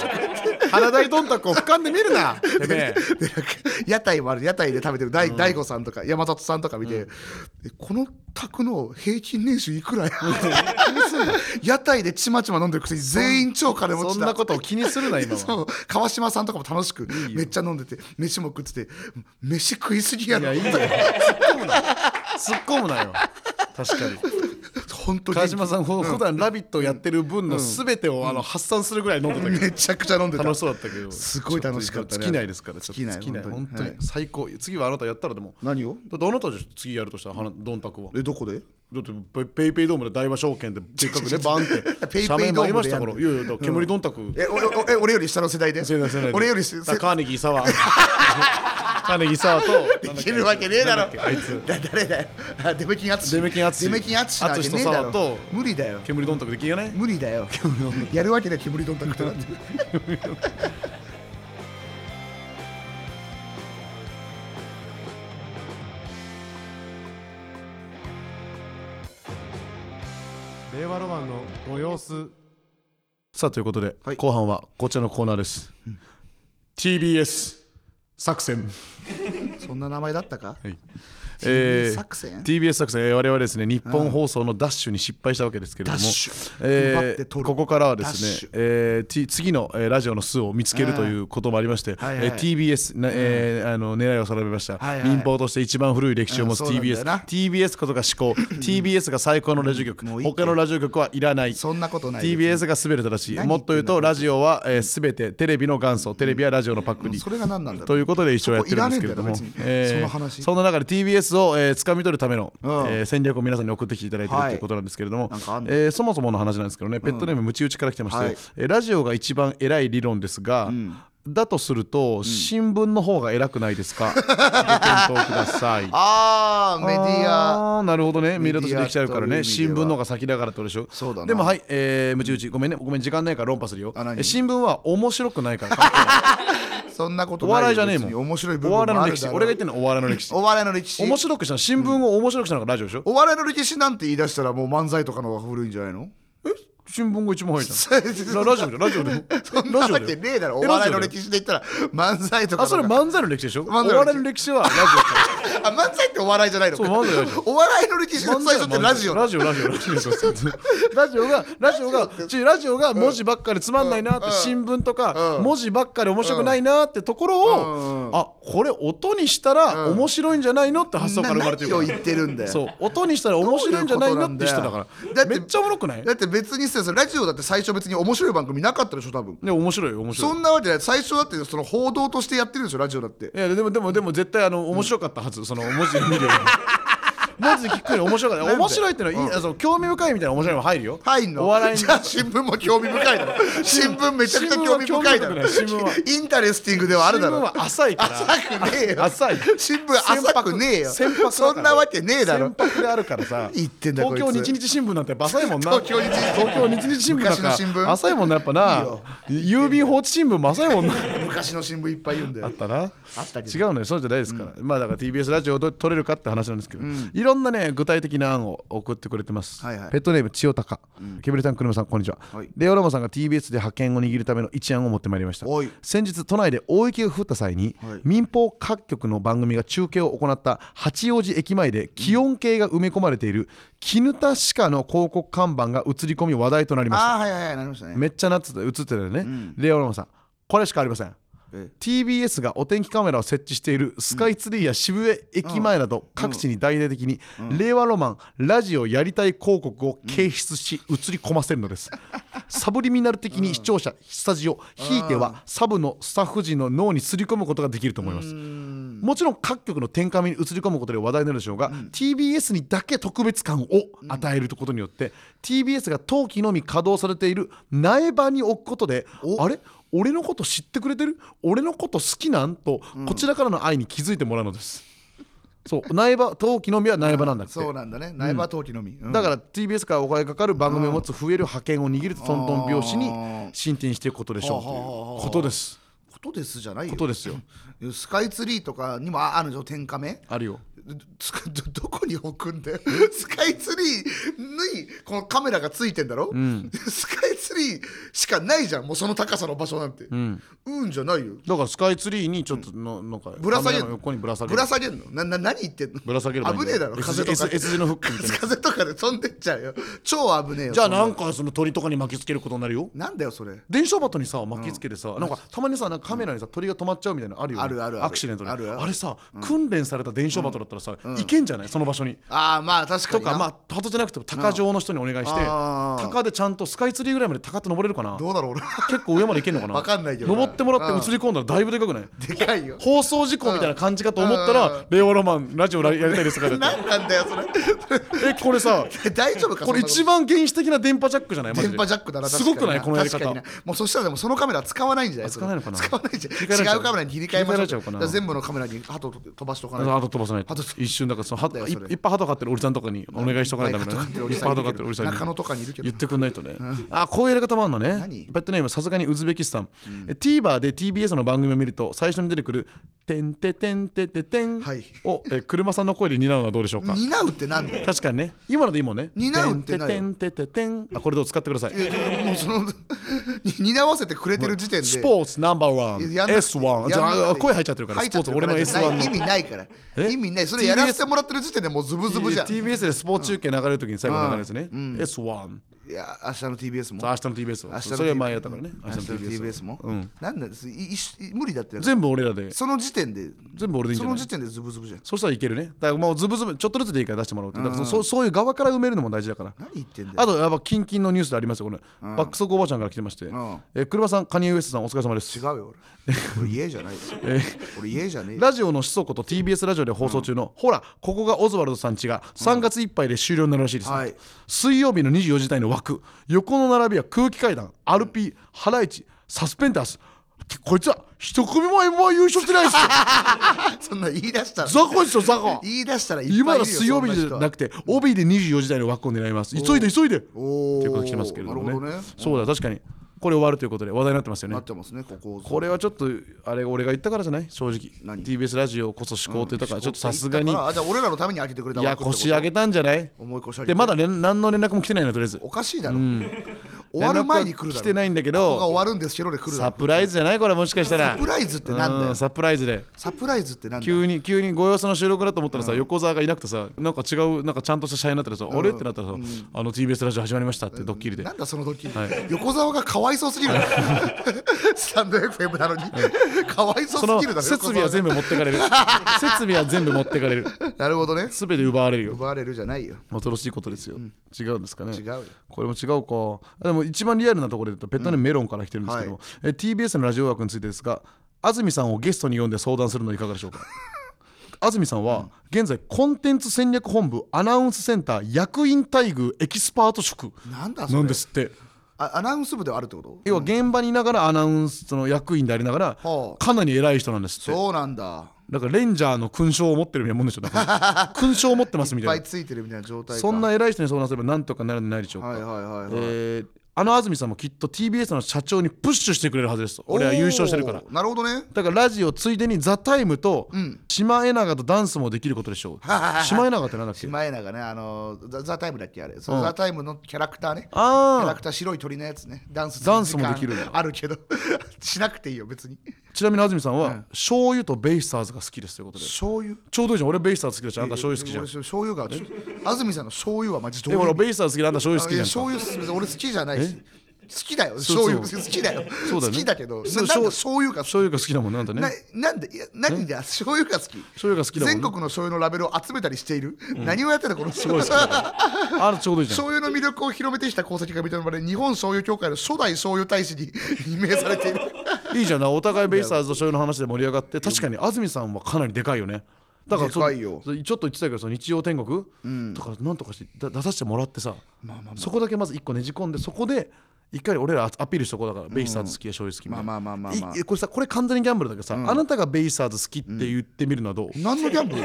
[SPEAKER 1] 原大どんたくを俯瞰で見るなてめ [LAUGHS] え
[SPEAKER 2] でなんか屋台もある屋台で食べてる大大悟さんとか山里さんとか見て、えこの卓の平均年収いくらや屋台でちまちま飲んでるくせに全員超金持ちだ
[SPEAKER 1] そんなことを気にするな [LAUGHS] 今は
[SPEAKER 2] [LAUGHS] そう川島さんとかも楽しく
[SPEAKER 1] いよ
[SPEAKER 2] めっちゃ飲んでて飯も食ってて飯食いすぎや
[SPEAKER 1] い
[SPEAKER 2] ろ
[SPEAKER 1] やいいよ突っ込むな突っ込むなよ確 [LAUGHS] かに
[SPEAKER 2] 本当に
[SPEAKER 1] 川島さんほ普段ラビット」やってる分の全てをあの発散するぐらい飲んでたけど
[SPEAKER 2] めちゃくちゃ飲んでた
[SPEAKER 1] 楽しそうだったけど
[SPEAKER 2] すごい楽しかっ
[SPEAKER 1] ちょ
[SPEAKER 2] たね
[SPEAKER 1] と尽きないですからちょっと
[SPEAKER 2] 尽きない
[SPEAKER 1] 本
[SPEAKER 2] 本
[SPEAKER 1] 当
[SPEAKER 2] 当
[SPEAKER 1] に
[SPEAKER 2] に
[SPEAKER 1] 最高次はあなたやったらでも
[SPEAKER 2] 何を
[SPEAKER 1] だってあなたでしょ次やるとしたらはなどんたくは
[SPEAKER 2] えどこで
[SPEAKER 1] だってペペイペイドームで大和証
[SPEAKER 2] [LAUGHS]
[SPEAKER 1] 券ででっかくねバンって
[SPEAKER 2] ペイペイドームで
[SPEAKER 1] 社名
[SPEAKER 2] やんの
[SPEAKER 1] もありましたからいやいやだから煙どんたく
[SPEAKER 2] えおおえ俺より下の世代で
[SPEAKER 1] 世代世代で
[SPEAKER 2] 俺よりせ
[SPEAKER 1] だからカーネギー
[SPEAKER 2] [LAUGHS]
[SPEAKER 1] 沢カーネギー沢となんだっ
[SPEAKER 2] 切
[SPEAKER 1] け
[SPEAKER 2] るわけねえだろ
[SPEAKER 1] なんだっけあいつ
[SPEAKER 2] だ誰だよあデメキン淳
[SPEAKER 1] デメキン淳
[SPEAKER 2] デメキン淳なわけねえだ
[SPEAKER 1] 淳と沢
[SPEAKER 2] ろ
[SPEAKER 1] と
[SPEAKER 2] 無理だよ
[SPEAKER 1] 煙どんたくできんやね
[SPEAKER 2] 無理だ
[SPEAKER 1] [LAUGHS]
[SPEAKER 2] よやるわけない煙どんたくとなんて
[SPEAKER 4] 令和ロマンのご様子
[SPEAKER 1] さあということで、
[SPEAKER 2] はい
[SPEAKER 1] 後半はこちらのコーナーです、TBS 作戦、
[SPEAKER 2] そんな名前だったか
[SPEAKER 1] えー
[SPEAKER 2] 作戦
[SPEAKER 1] TBS 作戦、えー我々ですね日本放送のダッシュに失敗したわけですけれども、
[SPEAKER 2] ダッシュ奪
[SPEAKER 1] え
[SPEAKER 2] って
[SPEAKER 1] ー
[SPEAKER 2] 取る
[SPEAKER 1] ここからはで
[SPEAKER 2] ダッ
[SPEAKER 1] す
[SPEAKER 2] シ
[SPEAKER 1] ね
[SPEAKER 2] ュ、
[SPEAKER 1] えー T 次の、えーラジオの数を見つけるということもありまして、
[SPEAKER 2] はいはい
[SPEAKER 1] えー TBS な、えーあの狙いを定めました、
[SPEAKER 2] はいはい
[SPEAKER 1] 民放として一番古い歴史を持つ
[SPEAKER 2] うんそうなんだ
[SPEAKER 1] TBS、
[SPEAKER 2] よな
[SPEAKER 1] TBS こそが至高 TBS が最高のラジオ局、
[SPEAKER 2] うんもういいって
[SPEAKER 1] 他のラジオ局はいらない
[SPEAKER 2] そんなことない
[SPEAKER 1] TBS が全て正しい
[SPEAKER 2] 何
[SPEAKER 1] もっと言うとラジオは、えー、全てテレビの元祖テレビはラジオのパックリ、
[SPEAKER 2] それが何なんだろう
[SPEAKER 1] ということで一応やってるんですけれども
[SPEAKER 2] そこいらねえんだよな別にそ
[SPEAKER 1] え
[SPEAKER 2] の話
[SPEAKER 1] ーそんな中で TBS を、えー掴み取るための、
[SPEAKER 2] うん
[SPEAKER 1] えー戦略を皆さんに送ってきていただいてる
[SPEAKER 2] はい
[SPEAKER 1] ということなんですけれども、
[SPEAKER 2] なんかあんの
[SPEAKER 1] えーそもそもの話なんですけどねペットネームムチ打ちから来てまして、
[SPEAKER 2] はい
[SPEAKER 1] えーラジオが一番偉い理論ですが、だとすると、新聞の方が偉くないです
[SPEAKER 2] [LAUGHS]
[SPEAKER 1] かご検討ください
[SPEAKER 2] ああメディア
[SPEAKER 1] あーなるほどねメディアとしてできちゃうから
[SPEAKER 2] メ
[SPEAKER 1] ね
[SPEAKER 2] ディアという意
[SPEAKER 1] 新
[SPEAKER 2] 味では
[SPEAKER 1] 聞の方が先だからってことでしょ
[SPEAKER 2] そうだな
[SPEAKER 1] でもはいえームチ打ちごめんねごめん時間ないから論破するよ
[SPEAKER 2] あ何
[SPEAKER 1] え新聞は面白くないから関係ない
[SPEAKER 2] そんなこと
[SPEAKER 1] お
[SPEAKER 2] な
[SPEAKER 1] 笑
[SPEAKER 2] いよ
[SPEAKER 1] いじゃねえ
[SPEAKER 2] 別に
[SPEAKER 1] もん
[SPEAKER 2] 面 [LAUGHS] 白い部分
[SPEAKER 1] お
[SPEAKER 2] もあ
[SPEAKER 1] 笑いの
[SPEAKER 2] るだろ
[SPEAKER 1] 歴史俺が言ってるのはお笑いの歴史
[SPEAKER 2] お笑いの歴史
[SPEAKER 1] 面白くしたの新聞を面白くしたのがラジオでしょ、
[SPEAKER 2] お笑いの歴史なんて言い出したらもう漫才とかの方が古いんじゃないの
[SPEAKER 1] 新聞が一番早いじ
[SPEAKER 2] [LAUGHS]
[SPEAKER 1] ゃんララジオでラジオで
[SPEAKER 2] そんな
[SPEAKER 1] ラジオ
[SPEAKER 2] わけ
[SPEAKER 1] で
[SPEAKER 2] ねえだろお
[SPEAKER 1] えラジ
[SPEAKER 2] 笑
[SPEAKER 1] オだよ
[SPEAKER 2] いの歴史で言ったら漫才とか
[SPEAKER 1] あ
[SPEAKER 2] の
[SPEAKER 1] それ
[SPEAKER 2] 方が
[SPEAKER 1] 漫才の歴史でしょお
[SPEAKER 2] 漫
[SPEAKER 1] 笑
[SPEAKER 2] 才の歴史
[SPEAKER 1] いの歴史はラジオか
[SPEAKER 2] あ漫才ってお笑いじゃないのか
[SPEAKER 1] そう漫才ラジ
[SPEAKER 2] お笑いの歴史
[SPEAKER 1] ら
[SPEAKER 2] の最初ってラジオ
[SPEAKER 1] ラジオラジオラジオそうそうラジオがラジオがちラジオが文字ばっかりつまんないなって
[SPEAKER 2] うん
[SPEAKER 1] 新聞とか
[SPEAKER 2] うん
[SPEAKER 1] 文字ばっかり面白くないなってところ
[SPEAKER 2] うん
[SPEAKER 1] をあこれ音にしたら面白いんじゃないのって発想から生まれてる
[SPEAKER 2] な
[SPEAKER 1] か
[SPEAKER 2] 何を
[SPEAKER 1] ら
[SPEAKER 2] 言ってるんだよ
[SPEAKER 1] そう音にしたら面白いんじゃないのって人だか
[SPEAKER 2] どういうこと
[SPEAKER 1] ら
[SPEAKER 2] なんだ
[SPEAKER 1] め
[SPEAKER 2] よ
[SPEAKER 1] っちゃおもろくない
[SPEAKER 2] だって別にさラジオだって最初別に面白い番組なかったでしょ多分
[SPEAKER 1] ね面白いよ面白い
[SPEAKER 2] そんなわけない最初だってその報道としてやってるでしょラジオだって
[SPEAKER 1] いやでもでもでも絶対あの面白かったはず、その文字
[SPEAKER 2] [LAUGHS]
[SPEAKER 1] 見るより文字聞くより面白かった面白いってのはいい、あその興味深いみたいな面白いの入るよ
[SPEAKER 2] 入んの
[SPEAKER 1] お笑いに
[SPEAKER 2] じゃ [LAUGHS] あ新聞も興味深
[SPEAKER 1] [LAUGHS]
[SPEAKER 2] いだろ新聞めちゃくちゃ興味深いだろ
[SPEAKER 1] 新聞は興味深くない新
[SPEAKER 2] インタレスティングではあるだ
[SPEAKER 1] 新聞
[SPEAKER 2] ろ
[SPEAKER 1] は浅いから
[SPEAKER 2] [LAUGHS] 浅くねえよ
[SPEAKER 1] 浅い
[SPEAKER 2] 新聞浅くねえよ
[SPEAKER 1] 船舶だから
[SPEAKER 2] そんなわけねえだろ
[SPEAKER 1] 船舶であるからさ
[SPEAKER 2] 言ってんだこい
[SPEAKER 1] 東
[SPEAKER 2] つ
[SPEAKER 1] 京日日新聞なんてバサいもんな
[SPEAKER 2] 東京日日
[SPEAKER 1] 東京日日新聞なん
[SPEAKER 2] 昔の新聞
[SPEAKER 1] か浅いもんなやっぱな郵便放置新聞も浅いもんな
[SPEAKER 2] 昔の新聞いっぱい言うんだ
[SPEAKER 1] あ
[SPEAKER 2] よ
[SPEAKER 1] ったな
[SPEAKER 2] あったけど
[SPEAKER 1] 違うのよそうじゃないですから、まあだから TBS ラジオをどう取れるかって話なんですけど、いろんなね具体的な案を送ってくれてます、
[SPEAKER 2] はいはい
[SPEAKER 1] ペットネーム千代鷹、ケブリタン車さんこんにちは、
[SPEAKER 2] はい
[SPEAKER 1] レオラモさんが TBS で覇権を握るための一案を持ってまいりました
[SPEAKER 2] おい
[SPEAKER 1] 先日都内で大雪が降った際に、
[SPEAKER 2] はい
[SPEAKER 1] 民放各局の番組が中継を行った八王子駅前で気温計が埋め込まれている絹田鹿の広告看板が映り込み話題となりました
[SPEAKER 2] ああーはいはいはいなりましたね
[SPEAKER 1] めっちゃなってた映ってたよね、レオロマさんこれしかありません
[SPEAKER 2] え
[SPEAKER 1] TBS がお天気カメラを設置しているスカイツリーや渋谷駅前など各地に大々的に令和ロマンラジオやりたい広告を掲出し映り込ませるのですサブリミナル的に視聴者スタジオひいてはサブのスタッフ陣の脳にすり込むことができると思いますもちろん各局の天下目に映り込むことで話題になるでしょうが、TBS にだけ特別感を与えることによって、TBS が冬季のみ稼働されている苗場に置くことであれ俺のこと知ってくれてる俺のこと好きなんと、こちらからの愛に気づいてもらうのですそう苗場冬季のみは苗場なんだって
[SPEAKER 2] そうなんだね苗場陶器のみうん
[SPEAKER 1] だから TBS からお金かかる番組を持つ増える派遣を握るとトントン拍子に進展していくことでしょうということです
[SPEAKER 2] ことですじゃないよ
[SPEAKER 1] ことですよ
[SPEAKER 2] スカイツリーとかにもああるでしょ天下目
[SPEAKER 1] あるよ
[SPEAKER 2] つかど [LAUGHS] どこに置くんだよスカイツリーにこのカメラがついてんだろ、
[SPEAKER 1] ん
[SPEAKER 2] スカイツリーしかないじゃんもうその高さの場所なんて、うん、
[SPEAKER 1] ん
[SPEAKER 2] じゃないよ
[SPEAKER 1] だからスカイツリーにちょっとの、なんか
[SPEAKER 2] ぶら下
[SPEAKER 1] カメ
[SPEAKER 2] げる
[SPEAKER 1] ラの横にぶら下げ
[SPEAKER 2] ぶ
[SPEAKER 1] る
[SPEAKER 2] ら下げんのなな何言ってんの
[SPEAKER 1] ぶら下げる
[SPEAKER 2] 危ねえだろ風
[SPEAKER 1] 風
[SPEAKER 2] とか
[SPEAKER 1] S, S 字のフックみたい
[SPEAKER 2] [LAUGHS]
[SPEAKER 1] な
[SPEAKER 2] 風とかで飛んでっちゃうよ超危ねえよ
[SPEAKER 1] じゃあ
[SPEAKER 2] そんな
[SPEAKER 1] なんかその鳥とかに巻きつけることになるよ
[SPEAKER 2] なんだよそれ
[SPEAKER 1] 電車バトにさ巻きつけてさ、なんかたまにさなんかカメラにさ鳥が止まっちゃうみたいなのあるよね、
[SPEAKER 2] あるあるある
[SPEAKER 1] アクシデントで
[SPEAKER 2] あるある
[SPEAKER 1] れさ、訓練された電車バトだったらさ、行けんじゃないその場所に。
[SPEAKER 2] ああまあ確か
[SPEAKER 1] と
[SPEAKER 2] にな
[SPEAKER 1] かまあ鳩じゃなくても鷹上の人にお願いして
[SPEAKER 2] うんあー
[SPEAKER 1] 鷹でちゃんとスカイツリーぐらいまで鷹って登れるかな
[SPEAKER 2] どうだろう俺 [LAUGHS]
[SPEAKER 1] 結構上まで行けんのかな
[SPEAKER 2] わかんないけどな
[SPEAKER 1] 登ってもらって映り込んだらだいぶでかくない
[SPEAKER 2] でか
[SPEAKER 1] [LAUGHS]
[SPEAKER 2] いよ
[SPEAKER 1] 放送事故みたいな感じかと思った
[SPEAKER 2] うんうん
[SPEAKER 1] ら「令和ロマンラジオやりたいです」とかだっ
[SPEAKER 2] 何 [LAUGHS] なんだよそれ
[SPEAKER 1] てえこれさ
[SPEAKER 2] 大丈夫か
[SPEAKER 1] これ
[SPEAKER 2] そんなと
[SPEAKER 1] 一番原始的な電波ジャックじゃないマジで
[SPEAKER 2] 電波ジャックだな
[SPEAKER 1] すごくない
[SPEAKER 2] 確かに
[SPEAKER 1] このやり方
[SPEAKER 2] 確かになもうそしたらでもそのカメラは使わないんじゃない
[SPEAKER 1] 使わないのかな
[SPEAKER 2] 使わないじ
[SPEAKER 1] 切り替え
[SPEAKER 2] ゃ
[SPEAKER 1] られちゃう
[SPEAKER 2] ん違うカメラに切り替え
[SPEAKER 1] 切り替え
[SPEAKER 2] ましょ
[SPEAKER 1] られ
[SPEAKER 2] う
[SPEAKER 1] ちゃうかな
[SPEAKER 2] だら全部のカメラに鳩と飛ばしとかない
[SPEAKER 1] あと飛ばさないと
[SPEAKER 2] 鳩飛ば
[SPEAKER 1] 一瞬だからその鳩
[SPEAKER 2] だよ
[SPEAKER 1] い
[SPEAKER 2] それ
[SPEAKER 1] いっぱい鳩飼ってるおじさんとかにお願いしとかないとダメだね
[SPEAKER 2] いっぱい鳩飼ってるお
[SPEAKER 1] い
[SPEAKER 2] じ
[SPEAKER 1] っぱい鳩飼ってるおじさ
[SPEAKER 2] さんいるけど
[SPEAKER 1] ん
[SPEAKER 2] 中野とかにいるけど
[SPEAKER 1] 言ってくんないとねあこういうやり方もあるのね
[SPEAKER 2] 何
[SPEAKER 1] いっぱいやってない今さすがにウズベキスタンえ TVer で TBS の番組を見ると最初に出てくる「てんててんてててん
[SPEAKER 2] はい」
[SPEAKER 1] をえ車さんの声で担うのはどうでしょうか
[SPEAKER 2] 担うってなんだ
[SPEAKER 1] [LAUGHS]
[SPEAKER 2] よ
[SPEAKER 1] 確かにね今のでいいもんね
[SPEAKER 2] 担うってないよ
[SPEAKER 1] てんててんててんあこれで使ってください
[SPEAKER 2] もうその [LAUGHS] 担わせてくれてる時点で
[SPEAKER 1] スポーツナンバーワン
[SPEAKER 2] やんなくて
[SPEAKER 1] S1 じ
[SPEAKER 2] やんなくて
[SPEAKER 1] ゃあ声入っちゃってるから
[SPEAKER 2] 入
[SPEAKER 1] ス
[SPEAKER 2] っち
[SPEAKER 1] ポ
[SPEAKER 2] ゃっ
[SPEAKER 1] ー
[SPEAKER 2] て
[SPEAKER 1] ツ
[SPEAKER 2] るか
[SPEAKER 1] 俺
[SPEAKER 2] ら
[SPEAKER 1] の S1 の
[SPEAKER 2] 意味ないから
[SPEAKER 1] え
[SPEAKER 2] 意味ないそれやらせてもらってる時点でもうズブズブじゃん
[SPEAKER 1] TBS でスポーツ中継流れるときに最後流れるんですね S1
[SPEAKER 2] いや明日の TBS も
[SPEAKER 1] そう明日の TBS
[SPEAKER 2] 明
[SPEAKER 1] を
[SPEAKER 2] 日の
[SPEAKER 1] それは前やったからね
[SPEAKER 2] 明日の TBS も、うん、なんだですいい無理だって
[SPEAKER 1] 全部俺らで
[SPEAKER 2] その時点で
[SPEAKER 1] 全部俺でいいんじ
[SPEAKER 2] そ
[SPEAKER 1] ゃな
[SPEAKER 2] の
[SPEAKER 1] い
[SPEAKER 2] 時点でズブズブじゃん
[SPEAKER 1] そしたらいけるねだからもうズブズブちょっとずつでいいから出してもらおうってだからそそういう側から埋めるのも大事だから
[SPEAKER 2] 何言ってんだよ
[SPEAKER 1] あとやっぱキンキンのニュースでありますよこれバックソクおばちゃんから来てまして
[SPEAKER 2] ん
[SPEAKER 1] え車さんカニエウエストさんお疲れ様です
[SPEAKER 2] 違うよ俺俺家じゃ
[SPEAKER 1] [LAUGHS]
[SPEAKER 2] ないですよ俺家じゃねえよ
[SPEAKER 1] ラジオのしそこと TBS ラジオで放送中の、ほらここがオズワルドさんちが3月いっぱいで終了になるらしいです、ね
[SPEAKER 2] はい
[SPEAKER 1] 水曜日の24時台の枠横の並びは空気階段 RP ハライチサスペンダースこいつは一組も m 1優勝してないっ
[SPEAKER 2] [LAUGHS]
[SPEAKER 1] すよ
[SPEAKER 2] そんな言い出したら
[SPEAKER 1] ザコですよザコ
[SPEAKER 2] 言い出したらいっぱいいるよ
[SPEAKER 1] 今の水曜日じゃなくて帯で24時台の枠を狙います急いで急いでって
[SPEAKER 2] おー
[SPEAKER 1] いうこと来てますけれどもね
[SPEAKER 2] なるほどね
[SPEAKER 1] そうだ確かにこれ終わるということで話題になってますよね
[SPEAKER 2] なってますねここ
[SPEAKER 1] これはちょっとあれ俺が言ったからじゃない正直
[SPEAKER 2] 何
[SPEAKER 1] TBS ラジオこそ思考って言ったからちょっとさすがに
[SPEAKER 2] あじゃあ俺らのために開けてくれた
[SPEAKER 1] いや
[SPEAKER 2] 枠ってこと
[SPEAKER 1] 腰上げたんじゃない
[SPEAKER 2] 重い腰上げて
[SPEAKER 1] でまだ連何の連絡も来てないのとりあえず
[SPEAKER 2] おかしいだろ終わる前に来る
[SPEAKER 1] 連絡
[SPEAKER 2] だろ
[SPEAKER 1] は来てないんだけ
[SPEAKER 2] ここが
[SPEAKER 1] ど
[SPEAKER 2] 終わるんですけどで来るだ
[SPEAKER 1] サ
[SPEAKER 2] ろ
[SPEAKER 1] プライズじゃないこれもしかしたら
[SPEAKER 2] サプライズってなんだよ
[SPEAKER 1] うサプライズで
[SPEAKER 2] サプライズってなんだ
[SPEAKER 1] 急に急にご様子の収録だと思ったらさ横澤がいなくてさなんか違うなんかちゃんとした社員になってるさあれってなったらさあの TBS ラジオ始まりましたってドッキリで
[SPEAKER 2] なんだその時、横澤がかわいそうすぎるスタンド FM なのに、かわいそ
[SPEAKER 1] そうの
[SPEAKER 2] すぎるだろ
[SPEAKER 1] 設備は全
[SPEAKER 2] 部
[SPEAKER 1] 部持ってかれ
[SPEAKER 2] [LAUGHS]
[SPEAKER 1] る設備は全部持ってかれる
[SPEAKER 2] なるほどね
[SPEAKER 1] 全て奪われるよ
[SPEAKER 2] 奪われるじゃないよ
[SPEAKER 1] 恐ろしいことですよ、違うんですかね
[SPEAKER 2] 違うよ
[SPEAKER 1] これも違うかでも一番リアルなところで言うとペットネームメロンから来てるんですけども、え TBS のラジオ枠についてですが安住さんをゲストに呼んで相談するのはいかがで
[SPEAKER 2] [LAUGHS]
[SPEAKER 1] しょうか安住さんは現在コンテンツ戦略本部アナウンスセンター役員待遇エキスパート職
[SPEAKER 2] なんだそれ
[SPEAKER 1] なんですって
[SPEAKER 2] あアナウンス部ではあるってこと
[SPEAKER 1] 要は現場にいながらアナウンスその役員でありながら
[SPEAKER 2] はあ
[SPEAKER 1] かなり偉い人なんですって
[SPEAKER 2] そうなんだ
[SPEAKER 1] だからレンジャーの勲章を持ってるみたいなもんでしょだから
[SPEAKER 2] [LAUGHS]
[SPEAKER 1] 勲章を持ってますみ
[SPEAKER 2] いったぱ
[SPEAKER 1] い
[SPEAKER 2] い
[SPEAKER 1] な
[SPEAKER 2] ついてるみたいな状態か
[SPEAKER 1] そんな偉い人に相談すればなんとかなるんじゃないでしょうか、
[SPEAKER 2] はいはいはいはい、
[SPEAKER 1] えーあの安住さんもきっと TBS の社長にプッシュしてくれるはずです俺は優勝してるから
[SPEAKER 2] おーなるほどね
[SPEAKER 1] だからラジオついでに「ザタイムと「シマエナガ」とダンスもできることでしょうシマエナガってなんだっけ
[SPEAKER 2] シマエナがねあのザ・ザタイムだっけあれそのザ・タイムのキャラクターねキャラ
[SPEAKER 1] あ
[SPEAKER 2] ク
[SPEAKER 1] あ
[SPEAKER 2] ター白い鳥のやつねダンスす
[SPEAKER 1] ダンスもできるんだ
[SPEAKER 2] 時間あるけど [LAUGHS] しなくていいよ別に
[SPEAKER 1] ちなみに安住さんは醤油とベイスターズが好きですということでち
[SPEAKER 2] 醤油
[SPEAKER 1] ょうどいいじゃん俺ベイスターズ好きだしあんた醤油好きじゃん
[SPEAKER 2] 俺醤油がちょ安住さんの醤油はマジど
[SPEAKER 1] で
[SPEAKER 2] ういう
[SPEAKER 1] も俺ベイスターズ好きであんた醤油好
[SPEAKER 2] いや
[SPEAKER 1] きじゃん
[SPEAKER 2] 醤油す別に俺好きじゃないし好きだよ
[SPEAKER 1] そう
[SPEAKER 2] 醤油好きだよ
[SPEAKER 1] そうだよ
[SPEAKER 2] 好
[SPEAKER 1] ね
[SPEAKER 2] きだけどな
[SPEAKER 1] そ
[SPEAKER 2] な
[SPEAKER 1] うん
[SPEAKER 2] で
[SPEAKER 1] そう
[SPEAKER 2] 醤油が好き
[SPEAKER 1] 醤油が好きだもんねあんた
[SPEAKER 2] な
[SPEAKER 1] ね
[SPEAKER 2] なんでいや何で醤油が好き
[SPEAKER 1] 醤油が好きだもん
[SPEAKER 2] 全
[SPEAKER 1] ね
[SPEAKER 2] 国の醤油のラベルを集めたりしている、何をやってたこの醤油
[SPEAKER 1] あらちょうどいいじゃん
[SPEAKER 2] 醤油の魅力を広めてきた功績が認められ日本醤油協会の初代醤油大使に [LAUGHS] 任命されている
[SPEAKER 1] いいじゃんなお互いベイスターズと醤油の話で盛り上がって確かに安住さんはかなりでかいよねだからそ
[SPEAKER 2] でかいよ
[SPEAKER 1] そちょっと言ってたけどその日曜天国、とかなんとかしてだ出させてもらってさ、そこだけまず一個ねじ込んでそこで一回俺らアピールしとこうだから、ベイスターズ好きや醤油好きみたいな
[SPEAKER 2] まあまあまあまあまあ
[SPEAKER 1] いこれさこれ完全にギャンブルだけどさ、あなたがベイスターズ好きって言ってみるのはどう、
[SPEAKER 2] 何のギャンブル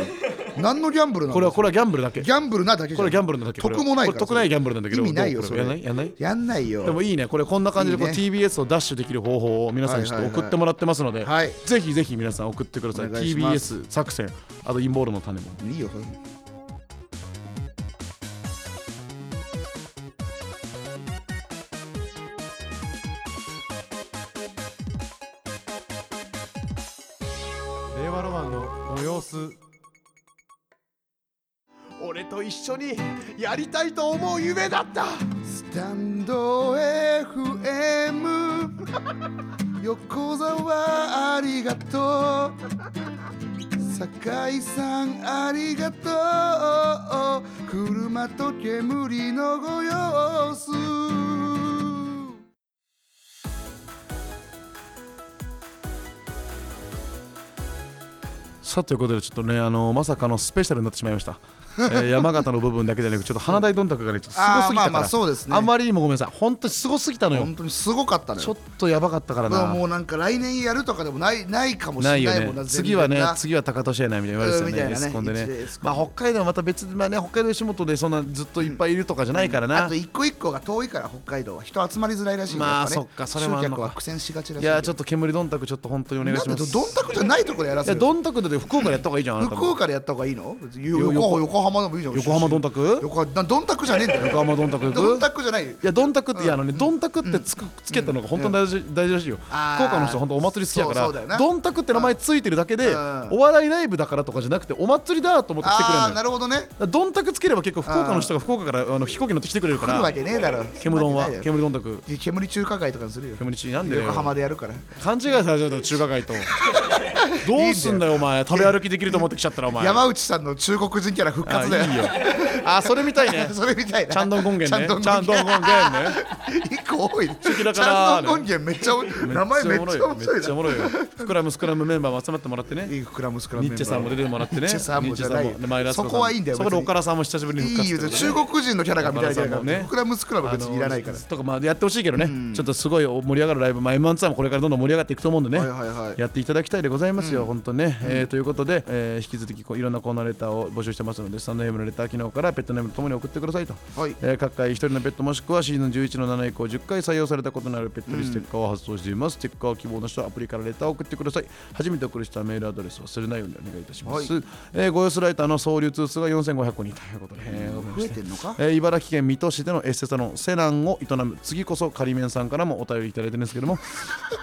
[SPEAKER 2] 何のギャンブルなの
[SPEAKER 1] これはこれはギャンブルだけ
[SPEAKER 2] ギャンブルなだけじゃん
[SPEAKER 1] これギャンブルなんだけど
[SPEAKER 2] 得もないから
[SPEAKER 1] 得ないギャンブルなんだけど
[SPEAKER 2] 意味ないよ
[SPEAKER 1] どう
[SPEAKER 2] そ
[SPEAKER 1] こ
[SPEAKER 2] れ
[SPEAKER 1] れやんないやんない
[SPEAKER 2] やんないよ
[SPEAKER 1] でもいいねこれこんな感じでこう
[SPEAKER 2] いいね
[SPEAKER 1] TBS をダッシュできる方法を皆さんにちょっと
[SPEAKER 2] はいはいはい
[SPEAKER 1] 送ってもらってますので
[SPEAKER 2] はい
[SPEAKER 1] ぜひぜひ皆さん送ってください
[SPEAKER 2] お願いします
[SPEAKER 1] TBS 作戦あと陰謀論の種も
[SPEAKER 2] いいよそれ
[SPEAKER 4] 令和ロマンのご様子
[SPEAKER 1] 俺と一緒にやりたいと思う夢だった
[SPEAKER 2] スタンド FM [LAUGHS] 横澤ありがとう酒井さんありがとう車と煙のご様子
[SPEAKER 1] さあということでちょっとねあのまさかのスペシャルになってしまい
[SPEAKER 2] [LAUGHS]
[SPEAKER 1] ました、えー山形の部分だけじゃなくちょっと花大どんたくがねちょっとすごすぎたか
[SPEAKER 2] あ
[SPEAKER 1] ら
[SPEAKER 2] ーまあまあそうですね
[SPEAKER 1] あまりにもごめんなさい本当にすごすぎたのよ
[SPEAKER 2] 本当にすごかったね
[SPEAKER 1] ちょっとやばかったからな
[SPEAKER 2] もうなんか来年やるとかでもないないかもしれ
[SPEAKER 1] な
[SPEAKER 2] ない
[SPEAKER 1] いよ
[SPEAKER 2] もんな
[SPEAKER 1] ね。次はね、次は高俊やないみたいな言われてたよね。
[SPEAKER 2] うんみた
[SPEAKER 1] エ
[SPEAKER 2] いなね
[SPEAKER 1] スコンで
[SPEAKER 2] 一例エ
[SPEAKER 1] ね
[SPEAKER 2] ス。コ
[SPEAKER 1] ま
[SPEAKER 2] ン
[SPEAKER 1] あ北海道はまた別でまあね北海道吉本でそんなずっといっぱいいるとかじゃないから
[SPEAKER 2] あ
[SPEAKER 1] な
[SPEAKER 2] と。一個一個が遠いから北海道は人集まりづらいらしいね
[SPEAKER 1] まあ
[SPEAKER 2] やぱね
[SPEAKER 1] そっかそれもあん
[SPEAKER 2] 集
[SPEAKER 1] の
[SPEAKER 2] 客
[SPEAKER 1] か
[SPEAKER 2] は苦戦しがちらし
[SPEAKER 1] い
[SPEAKER 2] い
[SPEAKER 1] やちょっと
[SPEAKER 2] と
[SPEAKER 1] 煙どんたくちょっと本当にお願いし
[SPEAKER 2] な
[SPEAKER 1] ま。
[SPEAKER 2] んですどんたくじゃないとこでやら
[SPEAKER 1] い
[SPEAKER 2] せ
[SPEAKER 1] や
[SPEAKER 2] るの
[SPEAKER 1] どんたくだって福岡でやった方がいいじゃん。あなた
[SPEAKER 2] 向
[SPEAKER 1] も
[SPEAKER 2] こうからやった方がいいのよ
[SPEAKER 1] よ
[SPEAKER 2] 横浜横浜でもいいじゃん
[SPEAKER 1] 横浜どんたく？
[SPEAKER 2] 横浜などんたくじゃねえんだよ
[SPEAKER 1] 横浜どんたく行く
[SPEAKER 2] どんたくじゃないよ
[SPEAKER 1] いやどんたくっていやあのねどんたくってつくつけたのが本当に大事大事らしいよ。福
[SPEAKER 2] あー
[SPEAKER 1] 岡の人本当お祭り好きやか
[SPEAKER 2] そうそうだよな
[SPEAKER 1] ら。どんたくって名前ついてるだけで
[SPEAKER 2] うん
[SPEAKER 1] お笑いライブだからとかじゃなくてお祭りだと思って来てくれるのよ。
[SPEAKER 2] ああな
[SPEAKER 1] だか
[SPEAKER 2] るほどね
[SPEAKER 1] らどんたくつければ結構福岡の人が福岡からあの飛行機乗って来てくれるか
[SPEAKER 2] 来る
[SPEAKER 1] ら
[SPEAKER 2] わ。けねえだろ
[SPEAKER 1] 煙丼は
[SPEAKER 2] 来るわけな
[SPEAKER 1] 煙
[SPEAKER 2] いだ
[SPEAKER 1] 丼たく
[SPEAKER 2] ろ煙中華街とかにするよ
[SPEAKER 1] 煙ちなんでだ
[SPEAKER 2] 横浜
[SPEAKER 1] よ
[SPEAKER 2] でやるから
[SPEAKER 1] 勘違いされちゃうと中華
[SPEAKER 2] [LAUGHS]
[SPEAKER 1] 街とどうすんだよお前食べ歩きできると思ってきちゃったらお前
[SPEAKER 2] 山内さんの中国人キャラ復
[SPEAKER 1] あ
[SPEAKER 2] 活だよ
[SPEAKER 1] いい
[SPEAKER 2] [LAUGHS]
[SPEAKER 1] よあそれみたいね
[SPEAKER 2] それみたいな
[SPEAKER 1] ちゃんどん権限ね
[SPEAKER 2] ちゃんどん
[SPEAKER 1] ちゃんどん権限ね
[SPEAKER 2] 一個多いねち
[SPEAKER 1] だから
[SPEAKER 2] ゃんどん権限めっちゃ多い名前めっちゃ面白
[SPEAKER 1] め
[SPEAKER 2] い
[SPEAKER 1] っちゃ
[SPEAKER 2] な
[SPEAKER 1] おもろいよスクラムスクラムメンバーも集まってもらってね
[SPEAKER 2] いいクラムスクラム
[SPEAKER 1] ニ
[SPEAKER 2] メ
[SPEAKER 1] ッ
[SPEAKER 2] ンバー
[SPEAKER 1] チェさんも出てもらってね
[SPEAKER 2] ニッチェさんもじゃないよ
[SPEAKER 1] ニッチェさんも前田敦子さんも
[SPEAKER 2] そこはいいんだよ
[SPEAKER 1] そこで
[SPEAKER 2] 別に
[SPEAKER 1] 岡田さんも久しぶりに
[SPEAKER 2] い
[SPEAKER 1] 復
[SPEAKER 2] い
[SPEAKER 1] 活
[SPEAKER 2] よ中国人のキャラがみたいな
[SPEAKER 1] 中村さんもね
[SPEAKER 2] クラムスクラム別にいらないから
[SPEAKER 1] あのとかまあやってほしいけどね、ちょっとすごい盛り上がるライブ、まあ、m 1ツアーもこれからどんどん盛り上がっていくと思うんでね、
[SPEAKER 2] はいはいはい
[SPEAKER 1] やっていただきたいでございますよ、本当にね、えーということで、えー引き続きこういろんなコーナーレターを募集してますのでスタンドヘムのレター機能からペットネームとともに送ってくださいと、
[SPEAKER 2] はい
[SPEAKER 1] えー各回一人のペットもしくはシーズン11の7以降10回採用されたことのあるペットリステッカーを発送しています、ステッカーを希望の人はアプリからレターを送ってください初めて送る人はメールアドレスを忘れないようにお願いいたします、えーご様子ライターの総流通数が4500個人ということで、えーございま
[SPEAKER 2] 増
[SPEAKER 1] し
[SPEAKER 2] え
[SPEAKER 1] た
[SPEAKER 2] てんのか
[SPEAKER 1] えー茨城県水戸市でのエステサロンセナンを営む次こそ仮面さんからもお便りいただいてるんですけど [LAUGHS] も、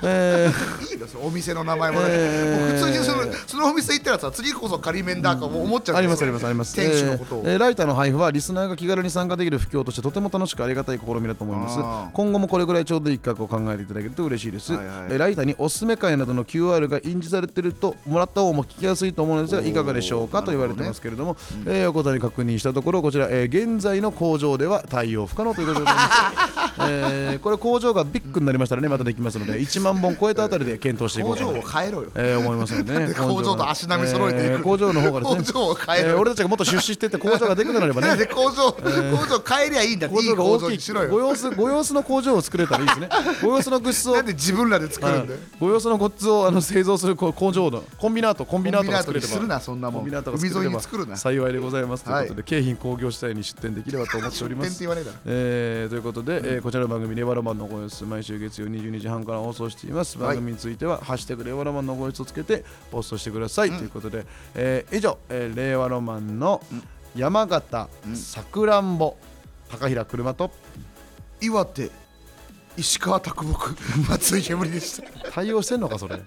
[SPEAKER 1] えー
[SPEAKER 2] いいよそのお店の名前もね、
[SPEAKER 1] えー
[SPEAKER 2] もう普通にそのそのお店行ったらさ次こそ仮面だかも思っちゃう
[SPEAKER 1] ありますありますあります
[SPEAKER 2] 店主のことを、
[SPEAKER 1] えーえーライターの配布はリスナーが気軽に参加できる布教としてとても楽しくありがたい試みだと思いま
[SPEAKER 2] あ
[SPEAKER 1] す
[SPEAKER 2] ー
[SPEAKER 1] 今後もこれぐらいちょうどいい企画を考えていただけると嬉しいです、
[SPEAKER 2] はいはい
[SPEAKER 1] えーライターにおすすめ会などの QR が印字されてるともらった方も聞きやすいと思うのですがいかがでしょうかと言われてますけれどもえーお答えに確認したところこちら、えー現在の工場では対応不可能ということでございますえーこれ工場がビッグになりましたらねまたできますので1万本超えたあたりで検討していこ
[SPEAKER 2] 工
[SPEAKER 1] うか
[SPEAKER 2] 場
[SPEAKER 1] な
[SPEAKER 2] を変えろよ
[SPEAKER 1] えー、思いますのでね
[SPEAKER 2] 工場と足並み揃えていく
[SPEAKER 1] ー工場の方がですね
[SPEAKER 2] 工場を変える
[SPEAKER 1] えー俺たちがもっと出資してって工場ができなけれ
[SPEAKER 2] [LAUGHS]
[SPEAKER 1] ば
[SPEAKER 2] なん
[SPEAKER 1] ね
[SPEAKER 2] で工場、工場変えりゃいいんだって
[SPEAKER 1] 工
[SPEAKER 2] いい
[SPEAKER 1] 場が
[SPEAKER 2] 工
[SPEAKER 1] 大
[SPEAKER 2] 場
[SPEAKER 1] きい
[SPEAKER 2] にしろ
[SPEAKER 1] ご
[SPEAKER 2] よ
[SPEAKER 1] 様子ご様子の工場を作れたらいい
[SPEAKER 2] [LAUGHS]
[SPEAKER 1] ですねご様子のグッズを
[SPEAKER 2] なんで自分らで作るんだよ、
[SPEAKER 1] ご様子のグッズをあの製造するこう工場のコンビナートコンビナートが作れれば
[SPEAKER 2] コンビナートにするなそんなも
[SPEAKER 1] コ
[SPEAKER 2] ん
[SPEAKER 1] ンビナートが作れれば
[SPEAKER 2] 海沿いに作るな
[SPEAKER 1] 幸いでございますということで、
[SPEAKER 2] は
[SPEAKER 1] 京浜工業地帯に出店できればと思っておりま
[SPEAKER 2] 点って
[SPEAKER 1] す
[SPEAKER 2] 言わねえだろ
[SPEAKER 1] えーということで、えーこちらの番組「レバロマンのご様子」毎週月曜22時半から放送しています
[SPEAKER 2] はい
[SPEAKER 1] 番組については「ハッシュタグレバロマンのご様子」をつけてポストしてください、ということで、えー以上、えー、令和ロマンの山形さくらんぼ高平車と
[SPEAKER 2] 岩手石川啄木松井煙でした
[SPEAKER 1] 対応してんのかそれ